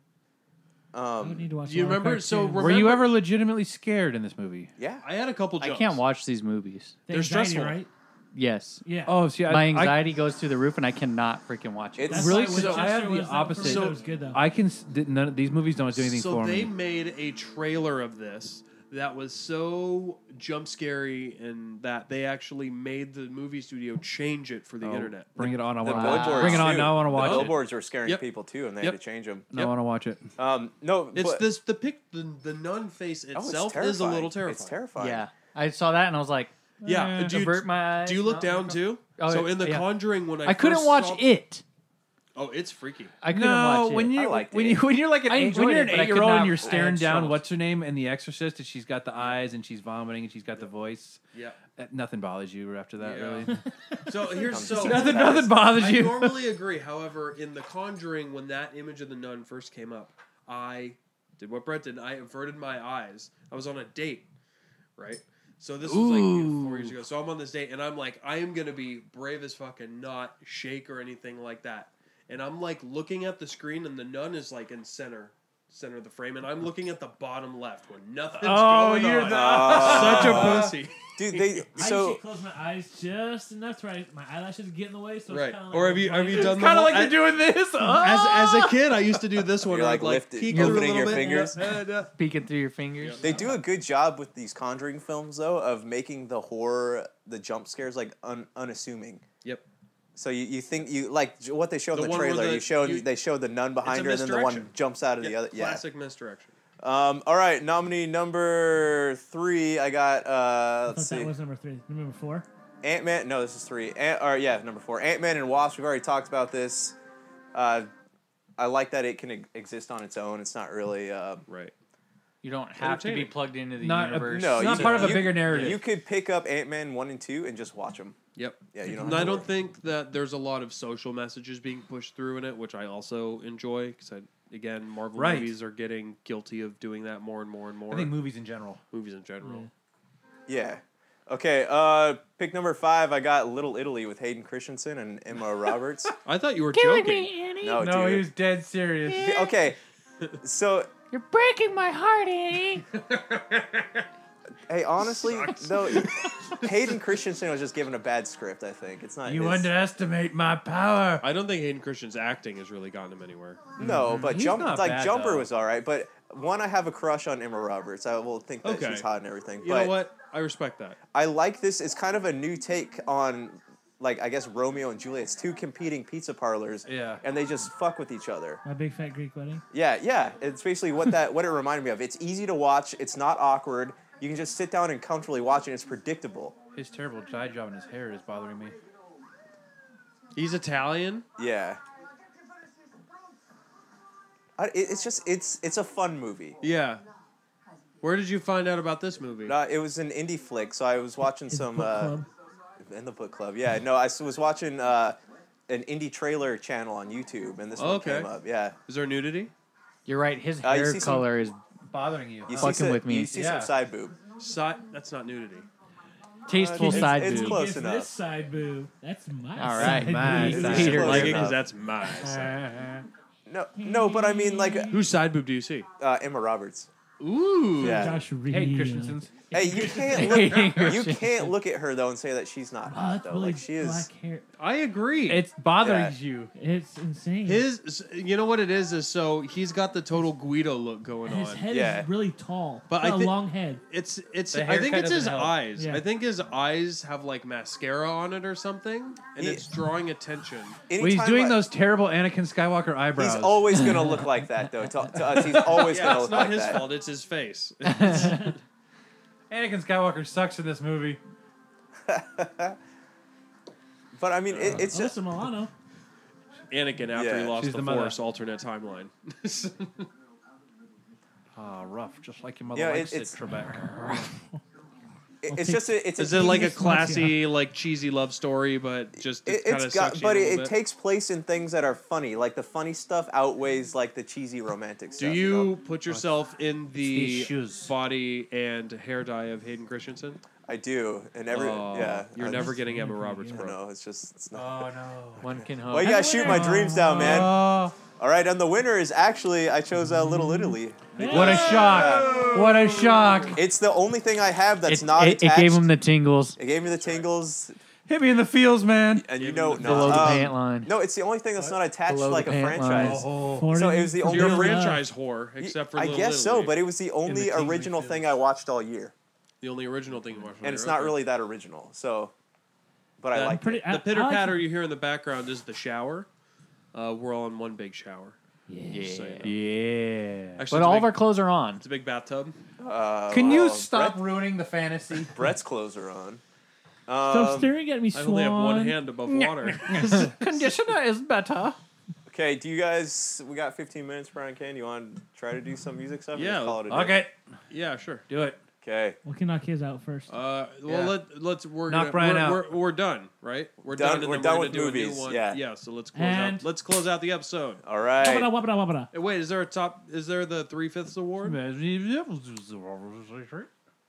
out. I would Um, need to watch. you a lot of remember- so cartoons. we're- Were you Remember- ever legitimately scared in this movie? yeah, I had a couple. I Jumps. can't watch these movies. The they're anxiety, stressful. right? Yes. Yeah. Oh, see, I, My I- anxiety goes through the roof and I cannot freaking watch it. It's- That's really? why when So I Chester have the was up for opposite. me, So- it was good though. I, can. s- did- None of these movies don't do anything so for they me. made a trailer of this that was so jump scary and that they actually made the movie studio change it for the Oh, internet. Bring it on! I the want to watch. it. billboards. Bring it on! too. Now I want to The watch it. Billboards were scaring Yep. people too, and they Yep. had to change them. Now I want to watch it. Um, no, It's but, this the pic the, the nun face oh, it's itself is a little terrifying. It's terrifying. yeah. I saw that and I was like, Yeah. eh, do you avert my eyes. do you look no, no, down no. too? Oh, so in the yeah. Conjuring when I I couldn't first watch saw- it. Oh, it's freaky. I couldn't No, watch it. when I you liked when it. you when you're like an I eight, when enjoyed you're it, an but I could eight year old not- and I you're had staring down struggles. what's her name in The Exorcist and she's got the eyes and she's vomiting and she's got the voice. Yeah. Uh, nothing bothers you after that, Yeah. really. So here's Comes so to nothing, nothing bothers I you. normally agree. However, in The Conjuring, when that image of the nun first came up, I did what Brett did. I averted my eyes. I was on a date, right? So this was like you know, four years ago. So I'm on this date, and I'm like, I am gonna be brave as fuck and not shake or anything like that. And I'm like looking at the screen, and the nun is like in center, center of the frame, and I'm looking at the bottom left when nothing's Oh, going you're Ah. on. the- Such a pussy. dude. They I so usually close my eyes just enough to where my eyelashes get in the way. So Right. It's kinda like Or have you have you done the Kind of whole- like you're doing this. as, Ah! as a kid, I used to do this one. You're, where like, I'd, like lifted- peek through a opening little your bit, fingers. yeah, yeah, yeah. peeking through your fingers. they do a good job with these Conjuring films though of making the horror, the jump scares like un- unassuming. Yep. So you, you think you like j- what they showed The in the one where trailer? the- you showed you- they showed the nun behind her, and then the one misdirection. jumps out of the other. Yeah. Classic misdirection. Um, all right, nominee number three. I got. Uh, I let's thought that see, was number three. Number four. Ant Man. No, this is three. Ant, or yeah, number four. Ant Man and Wasp. We've already talked about this. Uh, I like that it can e- exist on its own. It's not really. Uh, Right. You don't have to be Entertaining. plugged into the Not a- universe. no, It's you not could- part of a you- bigger narrative. You could pick up Ant Man one and two and just watch them. Yep. Yeah, you don't. And Have I to don't worry. think that there's a lot of social messages being pushed through in it, which I also enjoy because I again Marvel Right. movies are getting guilty of doing that more and more and more. I think movies in general. movies in general. Yeah. Okay. Uh, pick number five. I got Little Italy with Hayden Christensen and Emma Roberts. I thought you were joking. Annie. No, no, dude. he was dead serious. okay. So You're breaking my heart, Annie. Hey, honestly, though, Hayden Christensen was just given a bad script. I think it's not. You it's- underestimate my power. I don't think Hayden Christian's acting has really gotten him anywhere. No, but Mm-hmm. He's jump not like bad, Jumper though. was all right, but one I have a crush on Emma Roberts. I will think that Okay. she's hot and everything. You but know what? I respect that. I like this. It's kind of a new take on like I guess Romeo and Juliet. It's two competing pizza parlors. Yeah. And they just fuck with each other. My big fat Greek wedding. Yeah, yeah. It's basically what that what it reminded me of. It's easy to watch. It's not awkward. You can just sit down and comfortably watch it. It's predictable. His terrible dye job in his hair is bothering me. He's Italian. Yeah. I, it- it's just it's it's a fun movie. Yeah. Where did you find out about this movie? No, Uh, it was an indie flick, so I was watching His some book uh, club. in the book club. Yeah, no, I s- was watching uh, an indie trailer channel on YouTube, and this one Okay. came up. Yeah, Is there nudity? You're right. His Uh, you hair see some- color Bothering you? you huh? see Fucking some, with me. You see Yeah. some side boob. Side, that's not nudity. is tasteful it's- side it's boob. close Give enough. This side boob. That's my. All side right, my boob. side. Peter. Close Like enough. because that's my. Side. No, no, but I mean like Whose side boob do you see? uh, Emma Roberts. Ooh. Yeah. Josh Reed. Hey, Christensen's. Hey, you can't look. You can't look at her though and say that she's not Oh, hot that's though. really Like she is. black hair. I agree. It bothers you. It's insane. His, s- you know what it is, is so he's got the total Guido look going And his on. head Yeah. is really tall. But Got I a thi- long head. It's, it's. The I think haircut it's his doesn't help. eyes. Yeah. I think his eyes have like mascara on it or something, and He- it's drawing attention. Well, he's Anytime doing I- those terrible Anakin Skywalker eyebrows. He's always gonna look like that though. To, to us, he's always Yeah, it's gonna look not like his that. fault. It's his face. Anakin Skywalker sucks in this movie. But I mean, it, it's just Alyssa Milano. Anakin after Yeah. he lost She's the, the mother. Force, alternate timeline. Ah, rough, just like your mother Yeah, likes it- it, it's- Trebek. it- it's just a, it's Is a it like a It's not, yeah. classy, like cheesy love story, but just it, it, kind has of got sucks you in but a it, little it bit? takes place in things that are funny like the funny stuff outweighs like the cheesy romantic Do stuff you know? put yourself in the these shoes. body and hair dye of Hayden Christensen? i do and every Oh, yeah you're I- never getting Emma Roberts, i bro. know it's just it's not Oh no. One can hope. well you gotta shoot my dreams down man Oh, all right and the winner is actually i chose uh, little Mm. italy what a shock! What a shock! it's the only thing i have that's it, not it, it attached. gave him the tingles. it gave me the tingles Hit me in the feels, man. and you Gave know him the- no, Below the um, pant line. no it's the only thing that's not attached Below to the like a pant franchise lines. Oh, Forty So it was the for only You're a Love. franchise whore, except for I Little guess so, Italy. but it was the only tingly original feels. thing I watched all year, the only original thing you watched. and it's not really that original. So, but I Yeah. like Pretty, The pitter patter you hear in the background is the shower. Uh, we're all in one big shower. Yeah. so you know. Yeah. Actually, but all it's of big- our clothes are on. It's a big bathtub. Uh, Can you well, stop Brett- ruining the fantasy? Brett's clothes are on. Stop Um, staring at me, I Swan. only have one hand above water. Conditioner is better. okay, do you guys? We got 15 minutes, Brian Kane. You want to try to do some music stuff? or Yeah, just call it a day? Okay, yeah, sure. do it. Okay. We can knock his out first. Uh, well, Yeah. let, let's we're Knock gonna, Brian we're, out. We're, we're done, right? We're Done- done. and we're then done we're with gonna do movies, A new one. yeah. yeah. So let's close And- out. Let's close out the episode. All right. Wabada, wabada, wabada. Hey, wait, is there a top? Is there the three fifths award?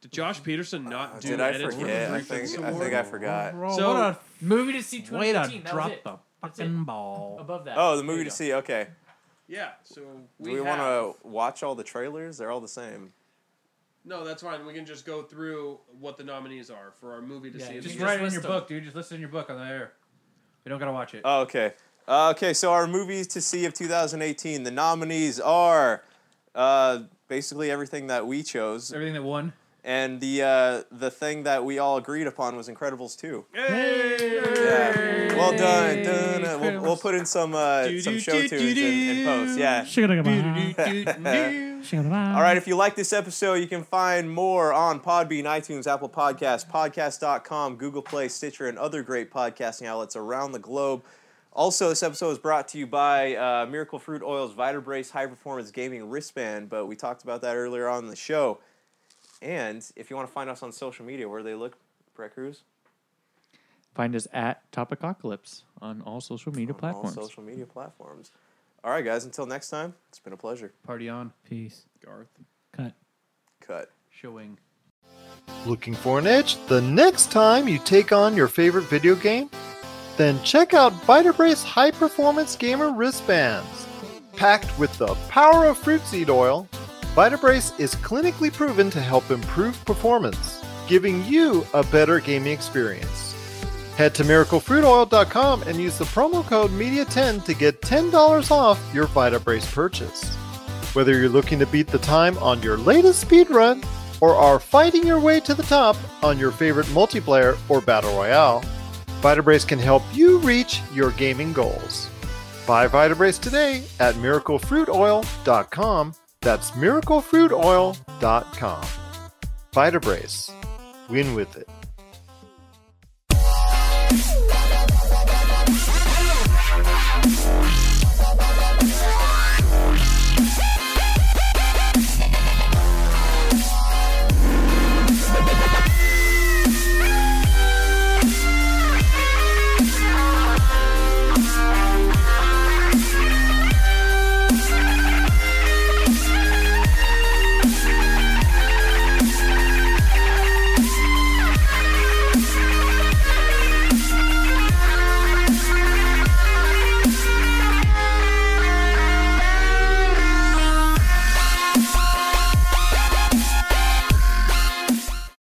Did Josh Peterson not do Uh, Did I edits forget? for I the three fifths think I award? think I forgot. So- what a Movie to see way to 2015. That was drop it. the That's fucking it. ball. Above that. Oh, the movie go. to see. Okay. yeah. So Do we, we want have- to watch all the trailers? They're all the same. No, that's fine. We can just go through what the nominees are for our movie to Yeah, see. you if just we Just can- write it in list your them. book, dude. Just list it in your book on the air. We don't gotta watch it. Oh, okay. Uh, okay, so our movies to see of 2018, the nominees are uh, basically everything that we chose, Everything that won. and the uh, the thing that we all agreed upon was Incredibles 2. Hey! Well done. done. Uh, We'll, we'll put in some uh, Doo some doo show doo doo tunes in, in doo. post. Yeah. Shigadaga-ba. Doo-doo-doo-doo-doo. Shigadaga-ba. All right, if you like this episode, you can find more on Podbean, iTunes, Apple Podcasts, podcast.com, Google Play, Stitcher, and other great podcasting outlets around the globe. Also, this episode is brought to you by uh, Miracle Fruit Oil's Vitabrace High Performance Gaming Wristband, but we talked about that earlier on in the show. And if you want to find us on social media, where do they look, Brett Cruz? Find us at Topicocalypse on all social media On all platforms. social media platforms. All right, guys, until next time, it's been a pleasure. Party on. Peace. Garth. Cut. Cut. Showing. Looking for an edge the next time you take on your favorite video game? Then check out Vitabrace High Performance Gamer Wristbands. Packed with the power of fruit seed oil, Vitabrace is clinically proven to help improve performance, giving you a better gaming experience. Head to miraclefruitoil.com and use the promo code MEDIA10 to get $10 off your Vitabrace purchase. Whether you're looking to beat the time on your latest speedrun or are fighting your way to the top on your favorite multiplayer or battle royale, Vitabrace can help you reach your gaming goals. Buy Vitabrace today at miraclefruitoil.com. That's miraclefruitoil.com. Vitabrace. Win with it.